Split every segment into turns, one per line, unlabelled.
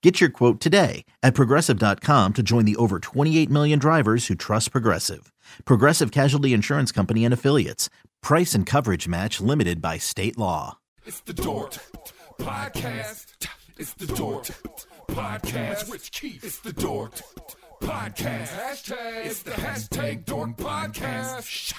Get your quote today at progressive.com to join the over 28 million drivers who trust Progressive. Progressive Casualty Insurance Company and Affiliates. Price and coverage match limited by state law.
It's the Dort Podcast. It's the Dort Podcast. Rich Keith. It's the Dort Podcast. Hashtag. It's the hashtag Dort Podcast.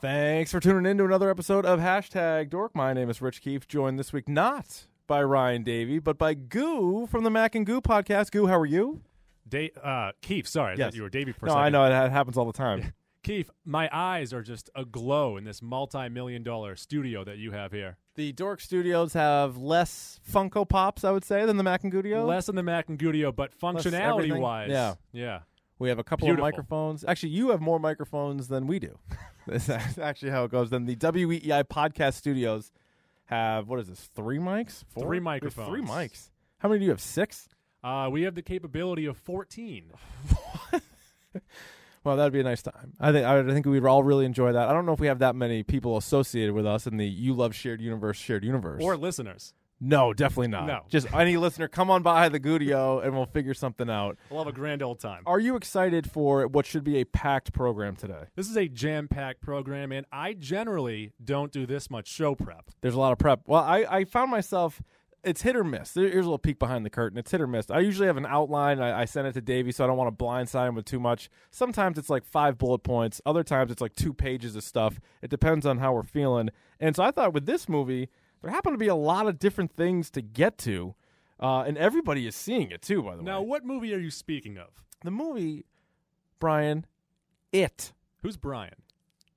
Thanks for tuning in to another episode of Hashtag Dork. My name is Rich Keefe, joined this week not by Ryan Davey, but by Goo from the Mac and Goo podcast. Goo, how are you?
Da- uh, Keith, sorry, I thought you were Davey for a
No,
second.
I know it ha- happens all the time.
Keith, my eyes are just aglow in this multi-million dollar studio that you have here.
the Dork Studios have less Funko Pops, I would say, than the Mac and Goo. Studio.
Less than the Mac and Gudio, but
everything.
functionality-wise,
Yeah.
yeah.
We have a couple
Beautiful.
of microphones. Actually, you have more microphones than we do. That's actually how it goes. Then the WEEI podcast studios have what is this? Three mics? Four?
Three
We have Three
microphones.
mics. How many do you have? Six.
Uh, we have the capability of 14.
Well, that'd be a nice time. I think I would- I think we'd all really enjoy that. I don't know if we have that many people associated with us in the "You Love Shared Universe" shared universe.
Or listeners.
no, definitely not.
No.
just any listener, come on by the Gudio, and we'll figure something out.
We'll have a grand old time.
Are you excited for what should be a packed program today?
This is a jam-packed program, and I generally don't do this much show prep.
There's a lot of prep. Well, I, I found myself. It's hit or miss. There- Here's a little peek behind the curtain. It's hit or miss. I usually have an outline. I, I send it to Davey, so I don't want to blindside him with too much. Sometimes it's like five bullet points. Other times it's like two pages of stuff. It depends on how we're feeling. And so I thought with this movie, there happened to be a lot of different things to get to, uh, and everybody is seeing it too. By the
Now,
way,
what movie are you speaking of?
the movie, Brian, it.
Who's Brian?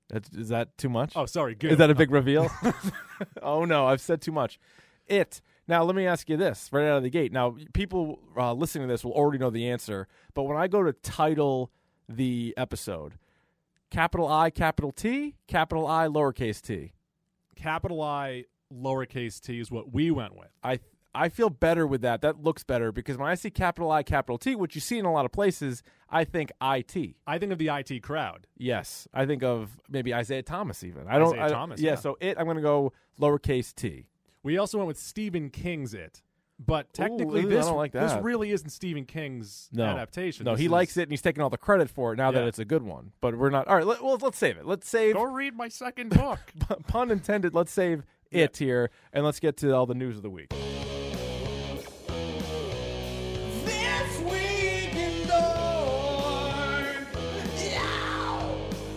That's, is that too much?
Oh, sorry, good.
Is that a big reveal? oh no, I've said too much. It. Now let me ask you this right out of the gate. Now people uh, listening to this will already know the answer, but when I go to title the episode, capital I, capital T, capital I, lowercase t.
Capital I, lowercase t is what we went with.
I I feel better with that. That looks better because when I see capital I, capital T, which you see in a lot of places, I think IT.
I think of the IT crowd.
Yes, I think of maybe Isaiah Thomas. Even I don't.
Isaiah
I don't-
Thomas,
Yeah,
yeah.
So it. I'm going to go lowercase t.
We also went with Stephen King's It, but technically
ooh, I
this
don't like
this
that.
really isn't Stephen King's
no.
adaptation.
No,
This
he
is-
likes it and he's taking all the credit for it now that
Yeah.
it's a good one. But we're not. All right, let, well, let's save it. Let's save,
Go read my second book.
pun intended, let's save it here and let's get to all the news of the week.
This week in Dork.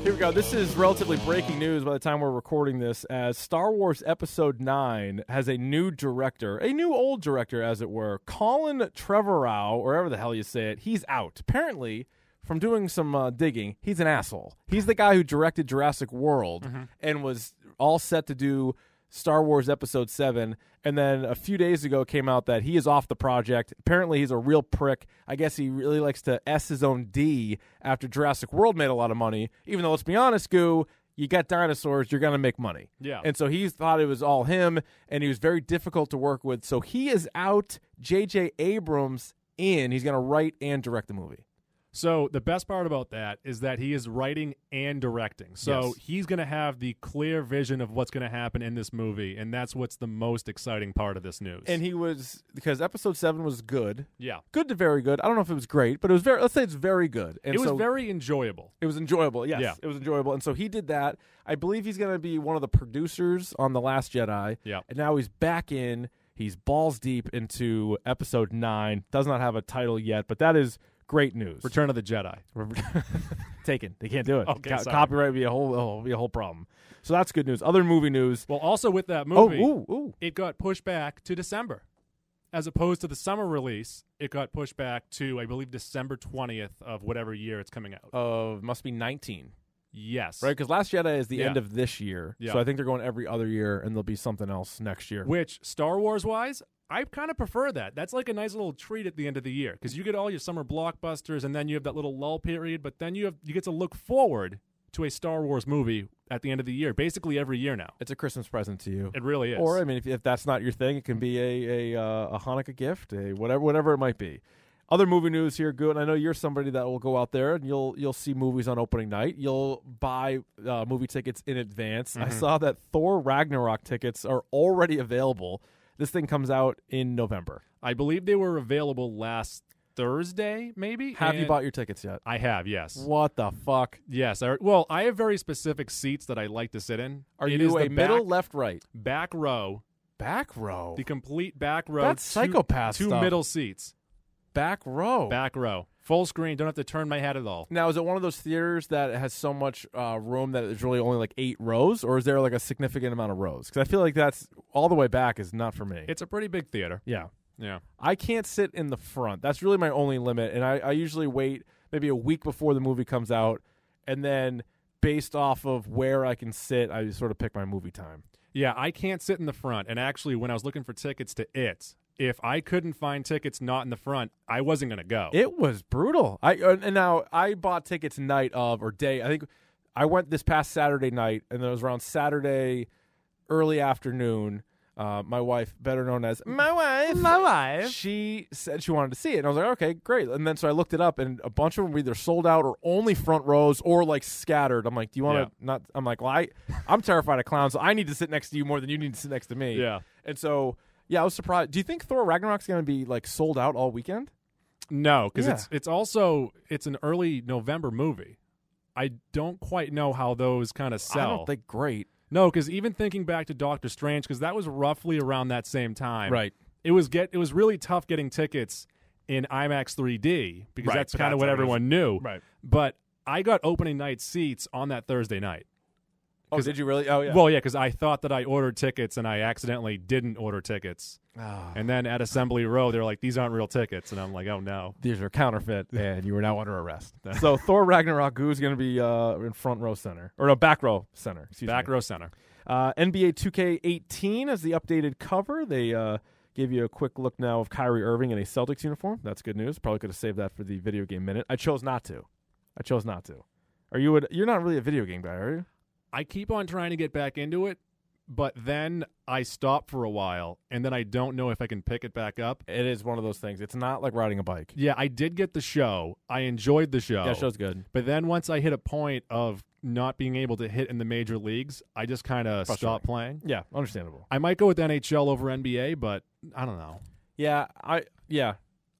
Here we go. This is relatively breaking news by the time we're recording this, as Star Wars Episode 9 has a new director, a new old director, as it were. Colin Trevorrow, or whatever the hell you say it, he's out. Apparently, from doing some uh, digging, he's an asshole. He's the guy who directed Jurassic World
Mm-hmm.
and was all set to do Star Wars Episode 7. And then a few days ago came out that he is off the project. Apparently, he's a real prick. I guess he really likes to S his own D after Jurassic World made a lot of money. Even though, let's be honest, Goo, you got dinosaurs, you're going to make money.
Yeah.
And so he thought it was all him, and he was very difficult to work with. So he is out. J.J. Abrams in. He's going to write and direct the movie.
So the best part about that is that he is writing and directing. So
Yes.
he's going to have the clear vision of what's going to happen in this movie, and that's what's the most exciting part of this news.
And he was because episode seven was good,
yeah,
good to very good. I don't know if it was great, but it was very. Let's say it's very good. And
it was
so
very enjoyable.
It was enjoyable. Yes,
Yeah.
it was enjoyable. And so he did that. I believe he's going to be one of the producers on The Last Jedi.
Yeah.
And now he's back in. He's balls deep into episode 9. Does not have a title yet, but that is great news.
Return of the Jedi.
Taken. They can't do it.
Okay, sorry.
copyright would be a whole oh, be a whole problem. So that's good news. Other movie news.
Well, also with that movie,
Oh, ooh, ooh.
it got pushed back to December. As opposed to the summer release, it got pushed back to, I believe, December 20th of whatever year it's coming out.
Of Uh, must be 19.
yes.
Right? Cuz Last Jedi is the
Yeah.
end of this year.
Yeah.
So I think they're going every other year and there'll be something else next year.
Which, Star Wars wise, I kind of prefer that. That's like a nice little treat at the end of the year because you get all your summer blockbusters and then you have that little lull period, but then you, have, you get to look forward to a Star Wars movie at the end of the year, basically every year now.
It's a Christmas present to you.
It really is.
Or I mean, if, if that's not your thing, it can be a a, uh, a Hanukkah gift, a whatever whatever it might be. Other movie news here, good. I know you're somebody that will go out there and you'll you'll see movies on opening night. You'll buy uh, movie tickets in advance. I
Mm-hmm.
saw that Thor Ragnarok tickets are already available. This thing comes out in November.
I believe they were available last Thursday, maybe.
Have you
and-
bought your tickets yet?
I have, yes.
What the fuck?
Yes. I, well, I have very specific seats that I like to sit in.
Are
It is
you
the
a middle,
back,
left, right,
back row,
back row,
the complete back row?
That's
two-
psychopath
Two
stuff.
middle seats,
back row?
back row, full screen. Don't have to turn my head at all.
Now, is it one of those theaters that has so much uh, room that there's really only like eight rows, or is there like a significant amount of rows? Because I feel like that's all the way back is not for me.
It's a pretty big theater.
yeah,
Yeah.
I can't sit in the front. That's really my only limit, and I, I usually wait maybe a week before the movie comes out, and then based off of where I can sit, I sort of pick my movie time.
Yeah, I can't sit in the front. And actually, when I was looking for tickets to it, if I couldn't find tickets not in the front, I wasn't going to go.
It was brutal. I uh, and now I bought tickets night of or day. I think I went this past Saturday night, and then it was around Saturday early afternoon. Uh, my wife, better known as my wife, my wife, she said she wanted to see it, and I was like, okay, great. And then so I looked it up, and a bunch of them were either sold out or only front rows or like scattered. I'm like, do you want to
Yeah.
not? I'm like, well, I, I'm terrified of clowns. So I need to sit next to you more than you need to sit next to me.
Yeah.
And so, yeah, I was surprised. Do you think Thor Ragnarok's going to be like sold out all weekend?
no, because
Yeah.
it's, it's also it's an early November movie. I don't quite know how those kind of sell.
I don't think great.
No, because even thinking back to Doctor Strange, because that was roughly around that same time.
Right.
It was get. It was really tough getting tickets in IMAX 3D because
Right,
that's
but
kind of
that's
what
how it
everyone knew.
Right.
But I got opening night seats on that Thursday night.
Oh, did you really? Oh, yeah.
Well, yeah, because I thought that I ordered tickets and I accidentally didn't order tickets.
Ah.
And then at Assembly Row, they're like, "These aren't real tickets," and I'm like, "Oh no."
these are counterfeit, and you are now under arrest. so Thor Ragnarok is going to be uh, in front row center, or no, back row center. Excuse
Back
me.
row center.
Uh, NBA 2K18 is the updated cover. They uh, gave you a quick look now of Kyrie Irving in a Celtics uniform. That's good news. Probably could have saved that for the video game minute. I chose not to. I chose not to. Are you? A, you're not really a video game guy, are you?
I keep on trying to get back into it, but then I stop for a while, and then I don't know if I can pick it back up.
It is one of those things. It's not like riding a bike.
Yeah, I did get the show. I enjoyed the show.
That show's good.
But then once I hit a point of not being able to hit in the major leagues, I just kind of
Frustrating.
stopped playing.
Yeah, understandable.
I might go with NHL over NBA, but I don't know.
Yeah, I yeah.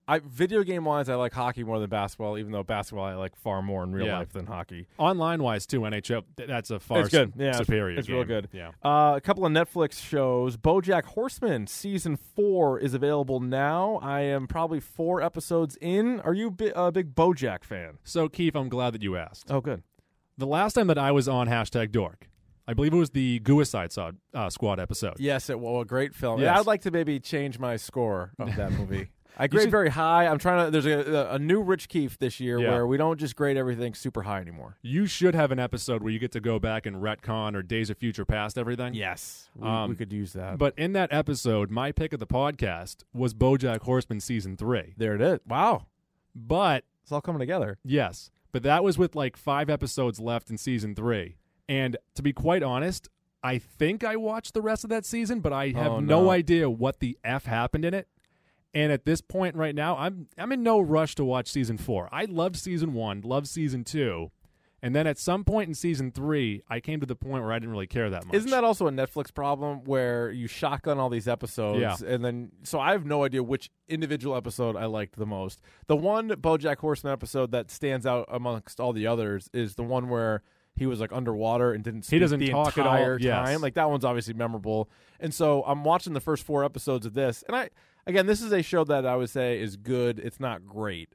I video game wise I like hockey more than basketball, even though basketball I like far more in real
Yeah.
life than hockey.
Online wise, too, NHL, th- that's a far
It's good.
s-
Yeah, it's-
superior.
it's real
game.
good.
Yeah.
Uh, a couple of Netflix shows. BoJack Horseman season four is available now. I am probably four episodes in. Are you a bi- a big BoJack fan?
So, Keith, I'm glad that you asked.
Oh, good.
The last time that I was on hashtag dork, I believe it was the Guicide Sod- uh, Squad episode.
Yes, it was a great film.
Yes.
I'd like to maybe change my score of that movie. I grade
should-
very high. I'm trying to. There's a, a new Rich Keefe this year
Yeah.
where we don't just grade everything super high anymore.
You should have an episode where you get to go back and retcon or Days of Future Past everything.
Yes, we,
Um,
we could use that.
But in that episode, my pick of the podcast was BoJack Horseman season three.
there it is. Wow,
But
It's all coming together.
yes, but that was with like five episodes left in season three. And to be quite honest, I think I watched the rest of that season, but I have
Oh,
no.
no.
idea what the f happened in it. And at this point right now, I'm I'm in no rush to watch season 4. I loved season 1, loved season 2. And then at some point in season 3, I came to the point where I didn't really care that much.
Isn't that also a Netflix problem where you shotgun all these episodes
Yeah.
and then so I have no idea which individual episode I liked the most. The one BoJack Horseman episode that stands out amongst all the others is the one where he was like underwater and didn't speak
doesn't
the
talk at all,
entire
yes.
time. Like that one's obviously memorable. And so I'm watching the first four episodes of this and I again this is a show that I would say is good. It's not great,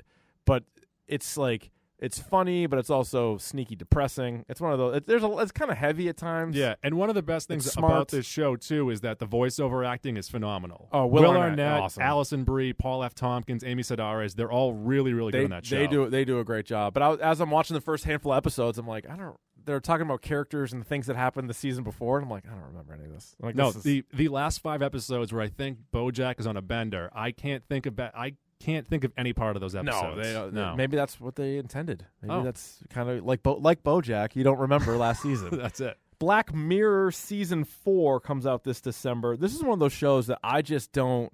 but it's like it's funny, but it's also sneaky depressing. It's one of those. It, there's a. It's kind of heavy at times.
Yeah, and one of the best things
It's smart.
about this show too is that the voiceover acting is phenomenal.
Oh, Will Arnett, awesome.
Allison Brie, Paul F. Tompkins, Amy Sedaris—they're all really, really good
they,
on that show.
They do they do a great job. But I, was- as I'm watching the first handful of episodes, I'm like, I don't. They're talking about characters and things that happened the season before, and I'm like, I don't remember any of this. I'm like,
No,
this is-
the the last five episodes where I think BoJack is on a bender, I can't think of ba- I can't think of any part of those episodes.
no, they don't,
no.
Maybe that's what they intended. Maybe
Oh.
that's kind of like Bo, like BoJack. You don't remember last season.
that's it.
Black Mirror season four comes out this December. This is one of those shows that I just don't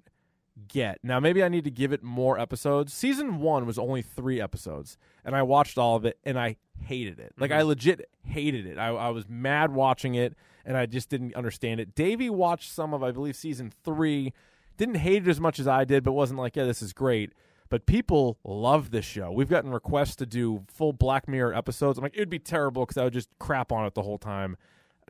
get. Now maybe I need to give it more episodes. Season one was only three episodes, and I watched all of it and I hated it. Like I legit hated it. I, I was mad watching it and I just didn't understand it. Davey watched some of I believe season three, didn't hate it as much as I did, but wasn't like, yeah, this is great. But people love this show. We've gotten requests to do full Black Mirror episodes. I'm like, it would be terrible because I would just crap on it the whole time.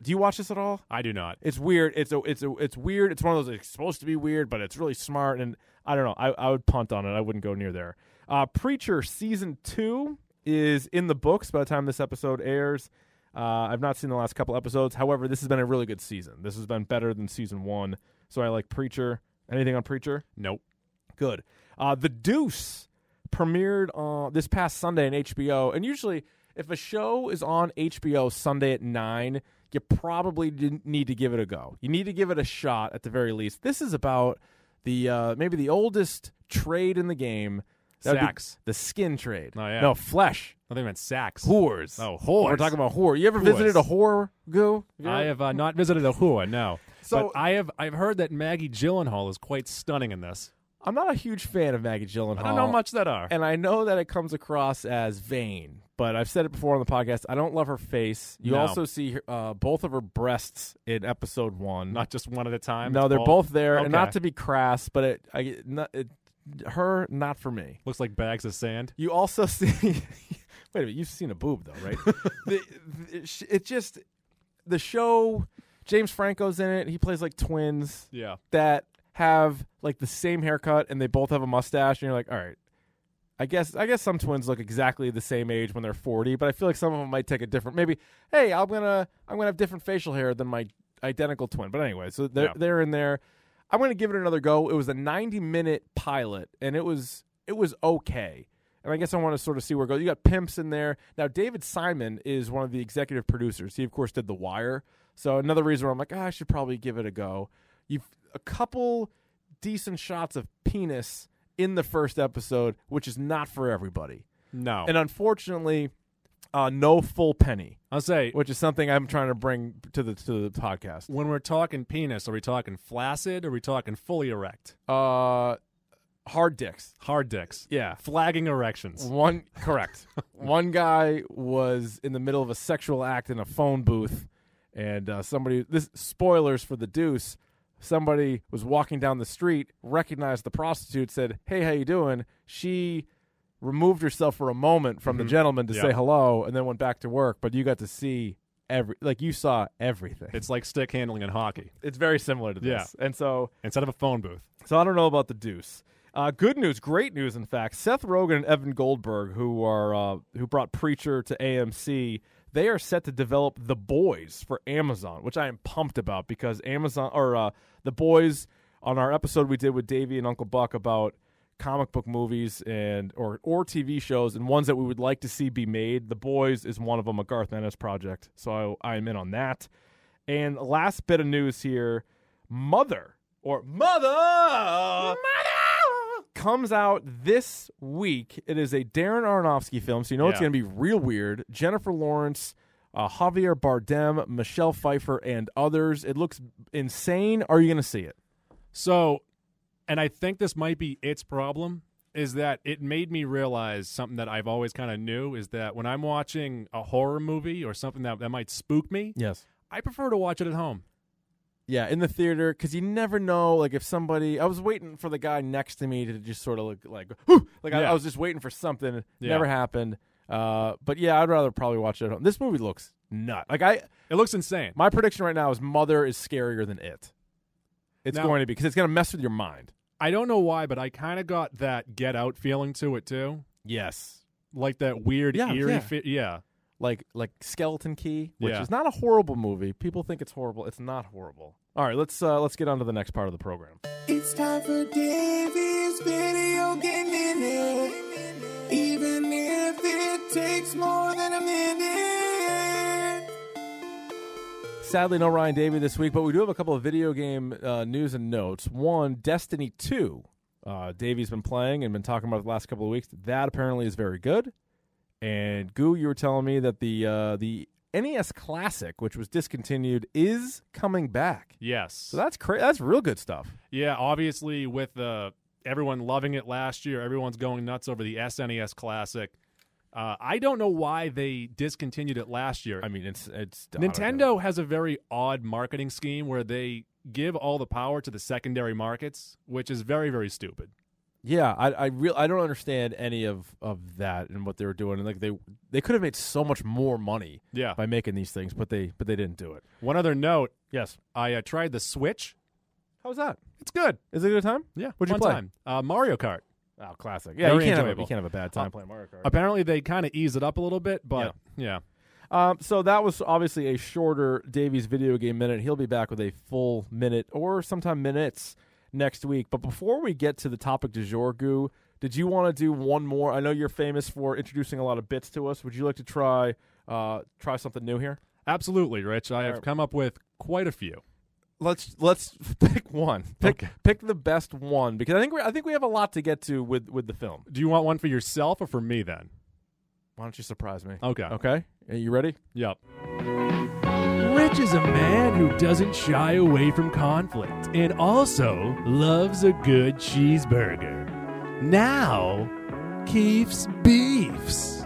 Do you watch this at all?
I do not.
It's weird. It's a, it's a, it's weird. It's one of those. It's supposed to be weird, but it's really smart. And I don't know. I, I would punt on it. I wouldn't go near there. Uh, Preacher season two is in the books by the time this episode airs. Uh, I've not seen the last couple episodes. However, this has been a really good season. This has been better than season one. So I like Preacher. Anything on Preacher?
Nope.
Good. Uh, the Deuce premiered uh, this past Sunday on HBO. And usually, if a show is on HBO Sunday at 9, you probably didn't need to give it a go. You need to give it a shot at the very least. This is about the uh, maybe the oldest trade in the game. That would be
Sacks.
The skin trade.
Oh, yeah.
No, flesh.
I think meant sacks.
Whores.
Oh, whores.
We're talking about whore. You ever visited a whore, Goo?
I have uh, not visited a Hua, no.
So-
but I have I've heard that Maggie Gyllenhaal is quite stunning in this.
I'm not a huge fan of Maggie Gyllenhaal.
I don't know how much that are.
Oh. and I know that it comes across as vain, but I've said it before on the podcast. I don't love her face. You
No.
also see uh, both of her breasts in episode one.
not just one at a time.
no,
it's
they're both there, and not
Okay.
to be crass, but it, I, not, it, her, not for me.
looks like bags of sand.
You also see. wait a minute, you've seen a boob though, right? the, the, sh- it just the show. James Franco's in it. He plays like twins
Yeah.
that have like the same haircut and they both have a mustache and you're like all right i guess i guess some twins look exactly the same age when they're 40 but i feel like some of them might take a different maybe hey i'm gonna i'm gonna have different facial hair than my identical twin but anyway so they're,
Yeah.
they're in there i'm gonna give it another go it was a 90 minute pilot and it was it was okay and I guess I want to sort of see where it goes. You got pimps in there now. David Simon is one of the executive producers. He of course did The Wire, so another reason where I'm like, "Ah, I should probably give it a go. You've a couple decent shots of penis in the first episode, which is not for everybody,
No.
and unfortunately, uh, no full penny,
I'll say
which is something I'm trying to bring to the to the podcast.
when we're talking penis, are we talking flaccid? Are we talking fully erect?
Uh, hard dicks.
Hard dicks.
Yeah, Mm-hmm.
Flagging erections.
One correct. One guy was in the middle of a sexual act in a phone booth, and uh, somebody. This spoilers for the Deuce. Somebody was walking down the street, recognized the prostitute, said, "Hey, how you doing?" She removed herself for a moment from the gentleman to
Yeah.
say hello, and then went back to work. But you got to see every, like you saw everything.
It's like stick handling in hockey
It's very similar to this, and so
instead of a phone booth.
so I don't know about the Deuce. Uh, good news, great news, in fact. Seth Rogen and Evan Goldberg, who are uh, who brought Preacher to AMC, they are set to develop The Boys for Amazon, which I am pumped about because Amazon or uh, The Boys on our episode we did with Davey and Uncle Buck about comic book movies and or or TV shows and ones that we would like to see be made. The Boys is one of them, a Garth Ennis project, so I, I am in on that. And last bit of news here, Mother or Mother, Mother comes out this week. It is a Darren Aronofsky film, so you know it's
Yeah.
going to be real weird. Jennifer Lawrence, uh, Javier Bardem, Michelle Pfeiffer, and others. It looks insane. Are you going to see it?
So and I think this might be its problem is that it made me realize something that I've always kind of knew is that when I'm watching a horror movie or something that, that might spook me,
Yes.
I prefer to watch it at home.
Yeah, in the theater, because you never know. Like if somebody, I was waiting for the guy next to me to just sort of look like, "Whew!" like I,
Yeah.
I was just waiting for something. It
Yeah.
Never happened. Uh, but yeah, I'd rather probably watch it at home. This movie looks nut. Like I,
It looks insane.
my prediction right now is Mother is scarier than it. It's
Now-
going to be because it's going to mess with your mind.
I don't know why, but I kind of got that get out feeling to it too.
Yes,
Like that weird
Yeah,
eerie
yeah.
fe- yeah.
like like Skeleton Key, which
Yeah.
is not a horrible movie. People think it's horrible. It's not horrible. All right, let's uh, let's get on to the next part of the program.
It's time for Davey's video game minute. Even if it takes more than a minute.
Sadly, no Ryan Davey this week, but we do have a couple of video game uh, news and notes. One, Destiny 2. Uh, Davey's been playing and been talking about it the last couple of weeks. That apparently is very good. And Goo, you were telling me that the uh, the NES Classic, which was discontinued, is coming back.
Yes.
So that's cra- that's real good stuff.
yeah, obviously with uh, everyone loving it last year, everyone's going nuts over the SNES classic. Uh, I don't know why they discontinued it last year.
I mean, it's it's I don't know.
Nintendo has a very odd marketing scheme where they give all the power to the secondary markets, which is very, very stupid.
Yeah, I I real I don't understand any of of that and what they were doing. And like they they could have made so much more money
Yeah.
by making these things, but they but they didn't do it.
One other note
Yes.
I uh, tried the Switch.
How's that?
It's good.
Is it a good time?
Yeah.
What'd you
fun
play?
Time. Uh, Mario Kart.
Oh, classic.
Yeah,
Yeah, you
very
can't, have a,
enjoyable.
you can't have a bad time
Uh,
playing Mario Kart.
Apparently, they kind of ease it up a little bit, but yeah.
Um, so that was obviously a shorter Davies video game minute. He'll be back with a full minute or sometime minutes next week. But before we get to the topic du jour, Goo, did you want to do one more? I know you're famous for introducing a lot of bits to us. Would you like to try uh, try something new here?
Absolutely, Rich. I have
Alright.
come up with quite a few.
Let's let's pick one. Pick
Okay.
pick the best one because I think we I think we have a lot to get to with with the film.
Do you want one for yourself or for me then?
Why don't you surprise me?
Okay.
Okay. Are you ready?
Yep. Rich is a man who doesn't shy away from conflict and also loves a good cheeseburger. Now, Keef's Beefs.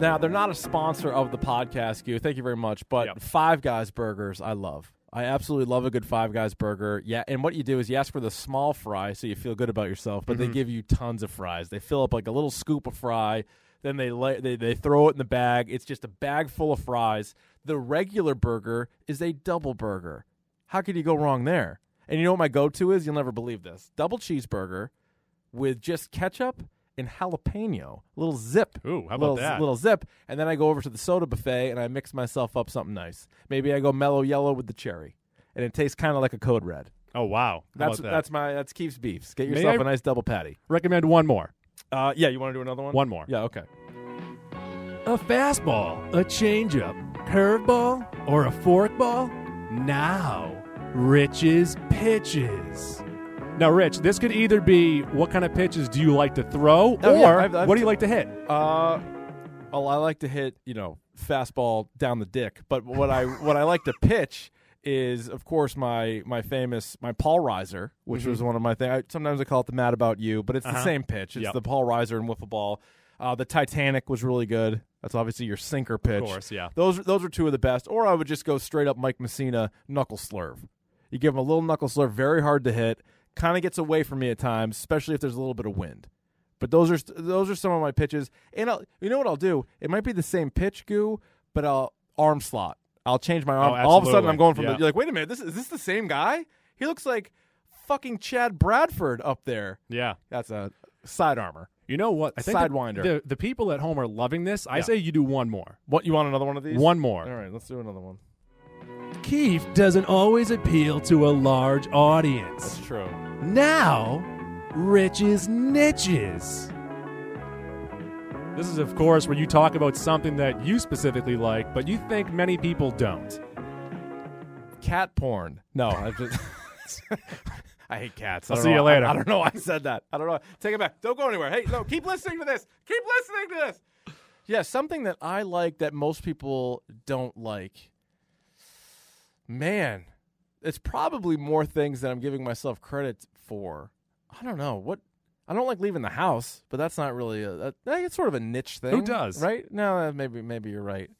Now they're not a sponsor of the podcast, you. Thank you very much, but
Yep.
Five Guys burgers, I love. I absolutely love a good Five Guys burger. Yeah, and what you do is you ask for the small fry, so you feel good about yourself. But they give you tons of fries. They fill up like a little scoop of fry. Then they lay, they they throw it in the bag. It's just a bag full of fries. The regular burger is a double burger. How could you go wrong there? And you know what my go-to is? You'll never believe this: double cheeseburger with just ketchup and jalapeno, little zip.
Ooh, how about
little,
that?
Little zip, and then I go over to the soda buffet and I mix myself up something nice. Maybe I go mellow yellow with the cherry, and it tastes kind of like a code red.
Oh, wow. How
That's
about that?
that's my that's Keef's beefs. Get
May
yourself
I-
a nice double patty.
Recommend one more.
Uh, yeah, you want to do another one?
One more.
Yeah, okay.
A fastball, a changeup, curveball, or a forkball? Now, Rich's pitches. Now, Rich, this could either be what kind of pitches do you like to throw,
Oh,
or
yeah, I've- I've
what
t-
do you like to hit?
Uh, well, I like to hit you know fastball down the dick, but what I what I like to pitch is of course my my famous my Paul Reiser, which
Mm-hmm.
was one of my things. I, sometimes I call it the Mad About You, but it's the same pitch. It's
Uh-huh. Yep.
the Paul Reiser and wiffle ball. Uh, the Titanic was really good. That's obviously your sinker pitch.
course, yeah.
Those those are two of the best. Or I would just go straight up Mike Messina knuckle slurve. You give him a little knuckle slurve, very hard to hit. Kind of gets away from me at times, especially if there's a little bit of wind. But those are those are some of my pitches. And I'll, you know what I'll do? It might be the same pitch, goo, but I'll arm slot. I'll change my arm.
Oh,
All of a sudden,
absolutely.
I'm going from
Yeah.
the, you're like, wait a minute, this is this the same guy? He looks like fucking Chad Bradford up there.
Yeah.
That's a side armor.
You know what? I think the-
Sidewinder.
The, the, people at home are loving this. I say you do one more.
What you want another one of these?
One more.
All right, let's do another one.
Keefe doesn't always appeal to a large audience.
true.
Now, Rich's niches. This is, of course, where you talk about something that you specifically like, but you think many people don't.
Cat porn. No, I just. I hate cats. I
I'll
don't
see
know.
you later.
I, I don't know. why I said that. I don't know. Take it back. Don't go anywhere. Hey, no. Keep listening to this. Keep listening to this. Yeah, something that I like that most people don't like. Man, it's probably more things than I'm giving myself credit for. I don't know what. I don't like leaving the house, but that's not really a. That, it's sort of a niche thing.
does?
Right? No, maybe maybe you're right.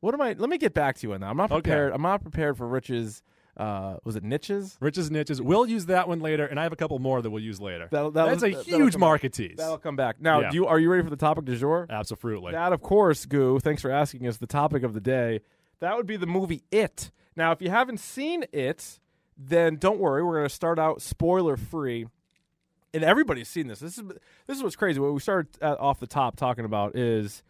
What am I? Let me get back to you on that. I'm not
Okay.
prepared. I'm not prepared for riches. Uh, was it niches?
Riches and niches. We'll use that one later, and I have a couple more that we'll use later.
That'll- that'll-
That's a
that'll
huge
come back.
market tease.
That'll come back. Now,
Yeah. Uh,
do you are you ready for the topic du jour?
Absolutely.
That, of course, Goo, thanks for asking us the topic of the day. That would be the movie It. Now, if you haven't seen It, then don't worry. We're going to start out spoiler free. And everybody's seen this. This is this is what's crazy. What we started uh off the top talking about is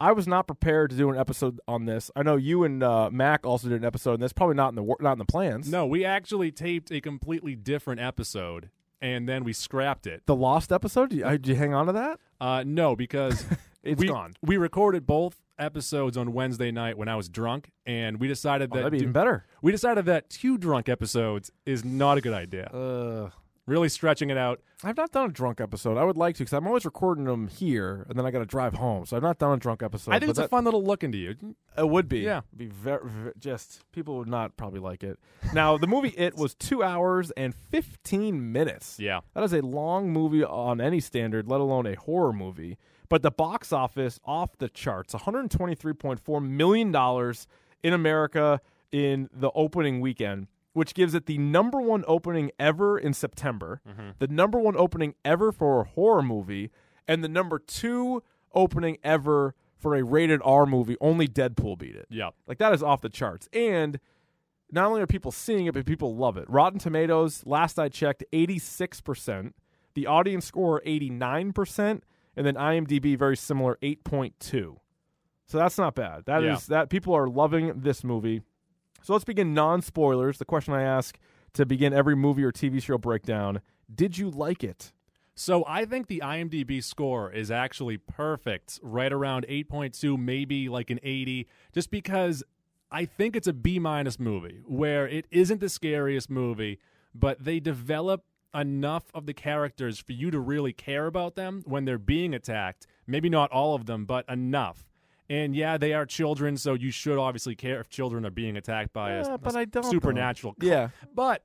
I was not prepared to do an episode on this. I know you and uh, Mac also did an episode, and that's probably not in the wor- not in the plans.
no, we actually taped a completely different episode, and then we scrapped it.
the lost episode. Did you, uh, did you hang on to that?
Uh, no, because
It's
we,
gone.
We recorded both episodes on Wednesday night when I was drunk, and we decided
Oh,
that
that'd be
do-
even better.
we decided that two drunk episodes is not a good idea.
Uh,
really stretching it out.
I've not done a drunk episode. I would like to because I'm always recording them here, and then I got to drive home. So I've not done a drunk episode.
I think
but
it's a fun little look into you.
that- It would be.
Yeah.
Be very, just people would not probably like it. Now the movie It was two hours and fifteen minutes.
Yeah.
That is a long movie on any standard, let alone a horror movie. But the box office off the charts, $123.4 million in America in the opening weekend, which gives it the number one opening ever in September, the number one opening ever for a horror movie, and the number two opening ever for a rated R movie. Only Deadpool beat it.
Yeah.
Like that is off the charts. And not only are people seeing it, but people love it. Rotten Tomatoes, last I checked, 86%. The audience score 89%, and then IMDb very similar 8.2. So that's not bad. That is
Yeah.
that people are loving this movie. So let's begin non-spoilers. The question I ask to begin every movie or TV show breakdown, did you like it?
So I think the IMDb score is actually perfect, right around 8.2, maybe like an 80, just because I think it's a B minus movie where it isn't the scariest movie, but they develop enough of the characters for you to really care about them when they're being attacked. Maybe not all of them, but enough. And yeah, they are children, so you should obviously care if children are being attacked by a-
Yeah,
a,
but I don't, though.
supernatural.
Yeah.
But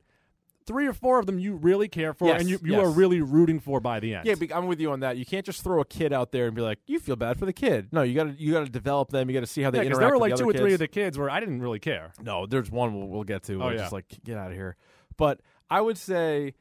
three or four of them you really care for
Yes,
and you, you
yes.
are really rooting for by the end.
Yeah, be- I'm with you on that. You can't just throw a kid out there and be like, "You feel bad for the kid." No, you got to you got to develop them. You got to see how they
Yeah, 'cause
interact.
there were
with
like
the
two
other
or three
kids.
of the kids where I didn't really care.
No, there's one we'll, we'll get to.
Oh,
Oh,
yeah.
Just like get out of here. But I would say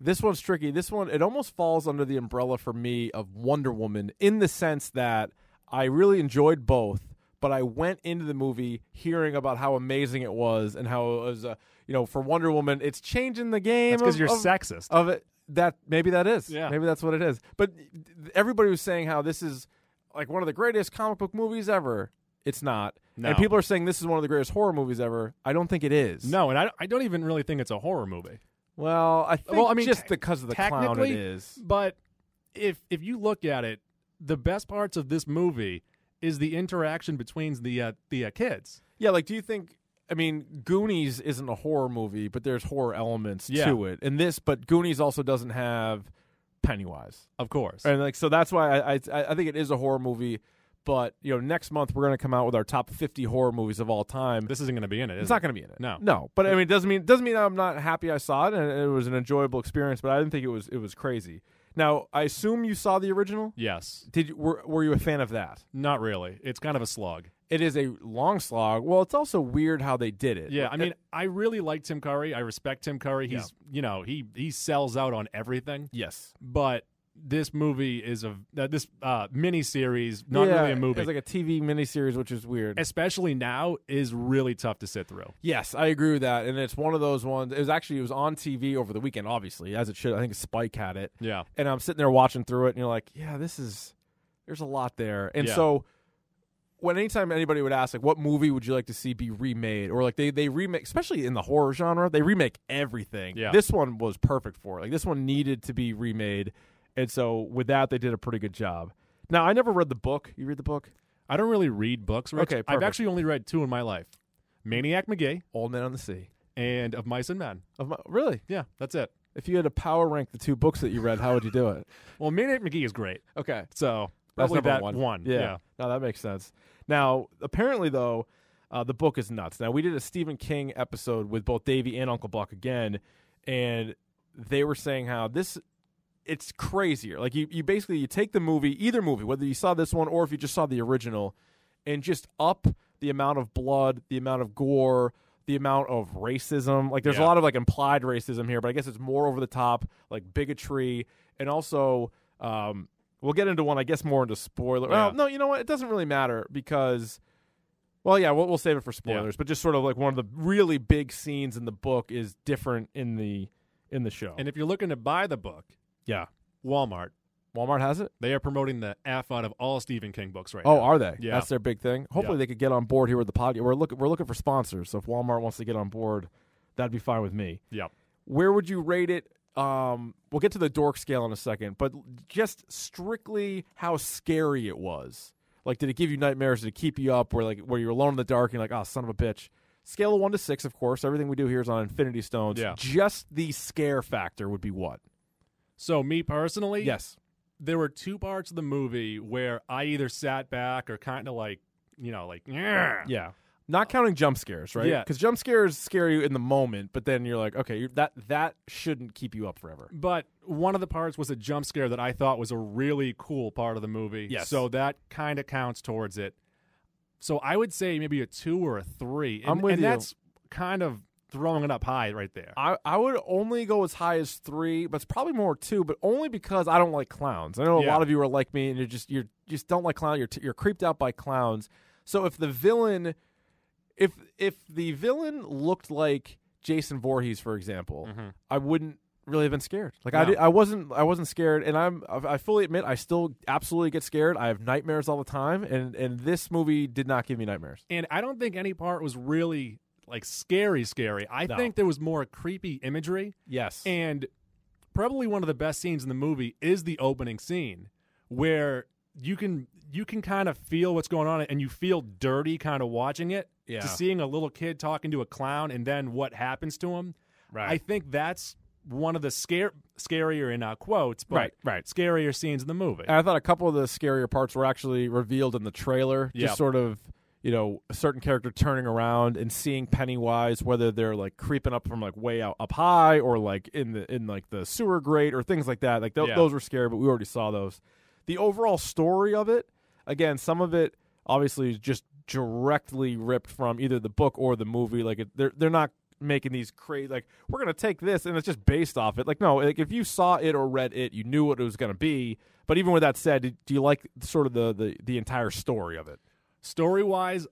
this one's tricky. This one it almost falls under the umbrella for me of Wonder Woman in the sense that I really enjoyed both, but I went into the movie hearing about how amazing it was and how it was. Uh, you know, for Wonder Woman, it's changing the game.
That's because
of-
you're
of-
sexist.
of it that maybe that is
Yeah.
maybe that's what it is but th- everybody was saying how this is like one of the greatest comic book movies ever it's not
No.
and people are saying this is one of the greatest horror movies ever i don't think it is
no, and I, I don't even really think it's a horror movie.
well i think
Well, I mean,
just
te-
because of the clown it
technically,
is
But if if you look at it, the best parts of this movie is the interaction between the uh, the uh, kids.
yeah like do you think i mean goonies isn't a horror movie but there's horror elements
Yeah.
to it and this but goonies also doesn't have pennywise
Of course,
And like so that's why I I, I think it is a horror movie. But you know, next month we're gonna come out with our top fifty horror movies of all time.
this isn't going to be in it.
it's
is it?
not gonna be in it.
Mm-hmm. No.
no. But I mean, it doesn't mean doesn't mean I'm not happy I saw it and it was an enjoyable experience. But I didn't think it was it was crazy. Now I assume you saw the original.
Yes,
Did you, were were you a fan of that?
not really. It's kind of a slog.
It is a long slog. Well, it's also weird how they did it.
Yeah, I mean, I really like Tim Curry. I respect Tim Curry. He's you know he he sells out on everything.
yes,
But this movie is a uh, this uh, mini series, not
Yeah,
really a movie.
It's like a TV miniseries, which is weird.
especially now, is really tough to sit through.
Yes, I agree with that, and it's one of those ones. It was actually it was on TV over the weekend, obviously, as it should. I think Spike had it,
Yeah.
and I'm sitting there watching through it, and you're like, "Yeah, this is there's a lot there." And
Yeah.
so, when anytime anybody would ask, like, "What movie would you like to see be remade?" or like they they remake, especially in the horror genre, they remake everything.
Yeah.
this one was perfect for it. like this one needed to be remade, and so with that they did a pretty good job. Now I never read the book. You read the book,
I don't really read books, Rich.
Okay,
I've
perfect.
actually only read two in my life Maniac McGee
Old Men on the Sea.
and Of Mice and Men.
Of my, really,
Yeah, that's it.
if you had to power rank the two books that you read, how would you do it?
Well, Maniac McGee is great.
Okay.
So
That's
probably
number
that
one.
one.
Yeah. No, that makes sense. Now, apparently though, Uh, the book is nuts. Now we did a Stephen King episode with both Davey and Uncle Buck again, and they were saying how this it's crazier. Like you, you basically you take the movie, either movie, whether you saw this one or if you just saw the original, and just up the amount of blood, the amount of gore, the amount of racism. Like there's a
Yeah.
lot of like implied racism here, but I guess it's more over the top, like bigotry, and also um, we'll get into one, I guess, more into spoiler. Well,
Yeah.
no, you know what? It doesn't really matter because. Well, yeah, we'll, we'll save it for spoilers, but just sort of like one of the really big scenes in the book is different in the in the show.
And if you're looking to buy the book,
yeah,
Walmart,
Walmart has it.
they are promoting the F out of all Stephen King books right
Oh,
now.
are they?
Yeah.
that's their big thing. Hopefully,
Yeah.
they could get on board here with the podcast. We're looking, we're looking for sponsors. So if Walmart wants to get on board, that'd be fine with me.
Yep.
Where would you rate it? Um, we'll get to the dork scale in a second, but just strictly how scary it was. Like, did it give you nightmares? Did it keep you up? Where like where you're alone in the dark and you're like, oh, son of a bitch. Scale of one to six, of course. Everything we do here is on Infinity Stones.
Yeah.
Just the scare factor would be what?
So me personally,
Yes.
there were two parts of the movie where I either sat back or kind of like, you know, like, yeah.
Yeah. Not counting jump scares, right?
Yeah.
Because jump scares scare you in the moment, but then you're like, okay, you that that shouldn't keep you up forever.
But one of the parts was a jump scare that I thought was a really cool part of the movie.
Yes.
So that kind of counts towards it. So I would say maybe a two or a three. And,
I'm with
and
you.
that's kind of throwing it up high right there.
I, I would only go as high as three, but it's probably more two, but only because I don't like clowns. I know a
Yeah.
lot of you are like me, and you're just you're just don't like clown. You're t- you're creeped out by clowns. So if the villain, if if the villain looked like Jason Voorhees, for example, I wouldn't really have been scared. Like I
Mm-hmm. No.
did, I wasn't I wasn't scared, and I'm I I fully admit I still absolutely get scared. I have nightmares all the time, and and this movie did not give me nightmares.
And I don't think any part was really like scary, scary. I
No.
think there was more creepy imagery.
Yes,
And probably one of the best scenes in the movie is the opening scene where you can you can kind of feel what's going on and you feel dirty kind of watching it
Yeah.
to seeing a little kid talking to a clown and then what happens to him.
Right.
I think that's one of the scare scarier in uh, quotes, but
Right, right. Uh,
scarier scenes in the movie.
And I thought a couple of the scarier parts were actually revealed in the trailer.
Yep.
Just sort of, you know, a certain character turning around and seeing Pennywise, whether they're like creeping up from like way out up high or like in the in like the sewer grate or things like that. Like tho-
Yeah.
those were scary, but we already saw those. The overall story of it, again, some of it obviously is just directly ripped from either the book or the movie. Like it, they're they're not making these crazy like we're gonna take this and it's just based off it. Like no, like if you saw it or read it, you knew what it was gonna be. But even with that said, did, do you like sort of the, the the entire story of it?
Story wise,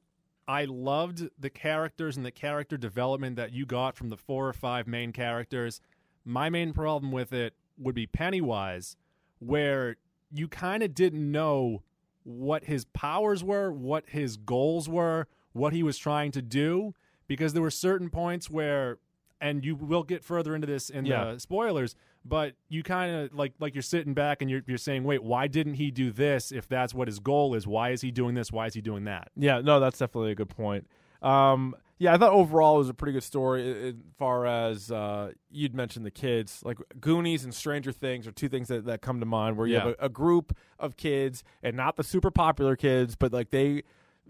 I loved the characters and the character development that you got from the four or five main characters. My main problem with it would be Pennywise, where you kind of didn't know what his powers were, what his goals were, what he was trying to do, because there were certain points where and you will get further into this in
Yeah.
the spoilers but you kind of like like you're sitting back and you're, you're saying wait why didn't he do this if that's what his goal is why is he doing this why is he doing that
Yeah, no, that's definitely a good point. Um, yeah, I thought overall it was a pretty good story i- as far as uh, you'd mentioned the kids. Like Goonies and Stranger Things are two things that, that come to mind where you
Yeah.
have a, a group of kids and not the super popular kids, but like they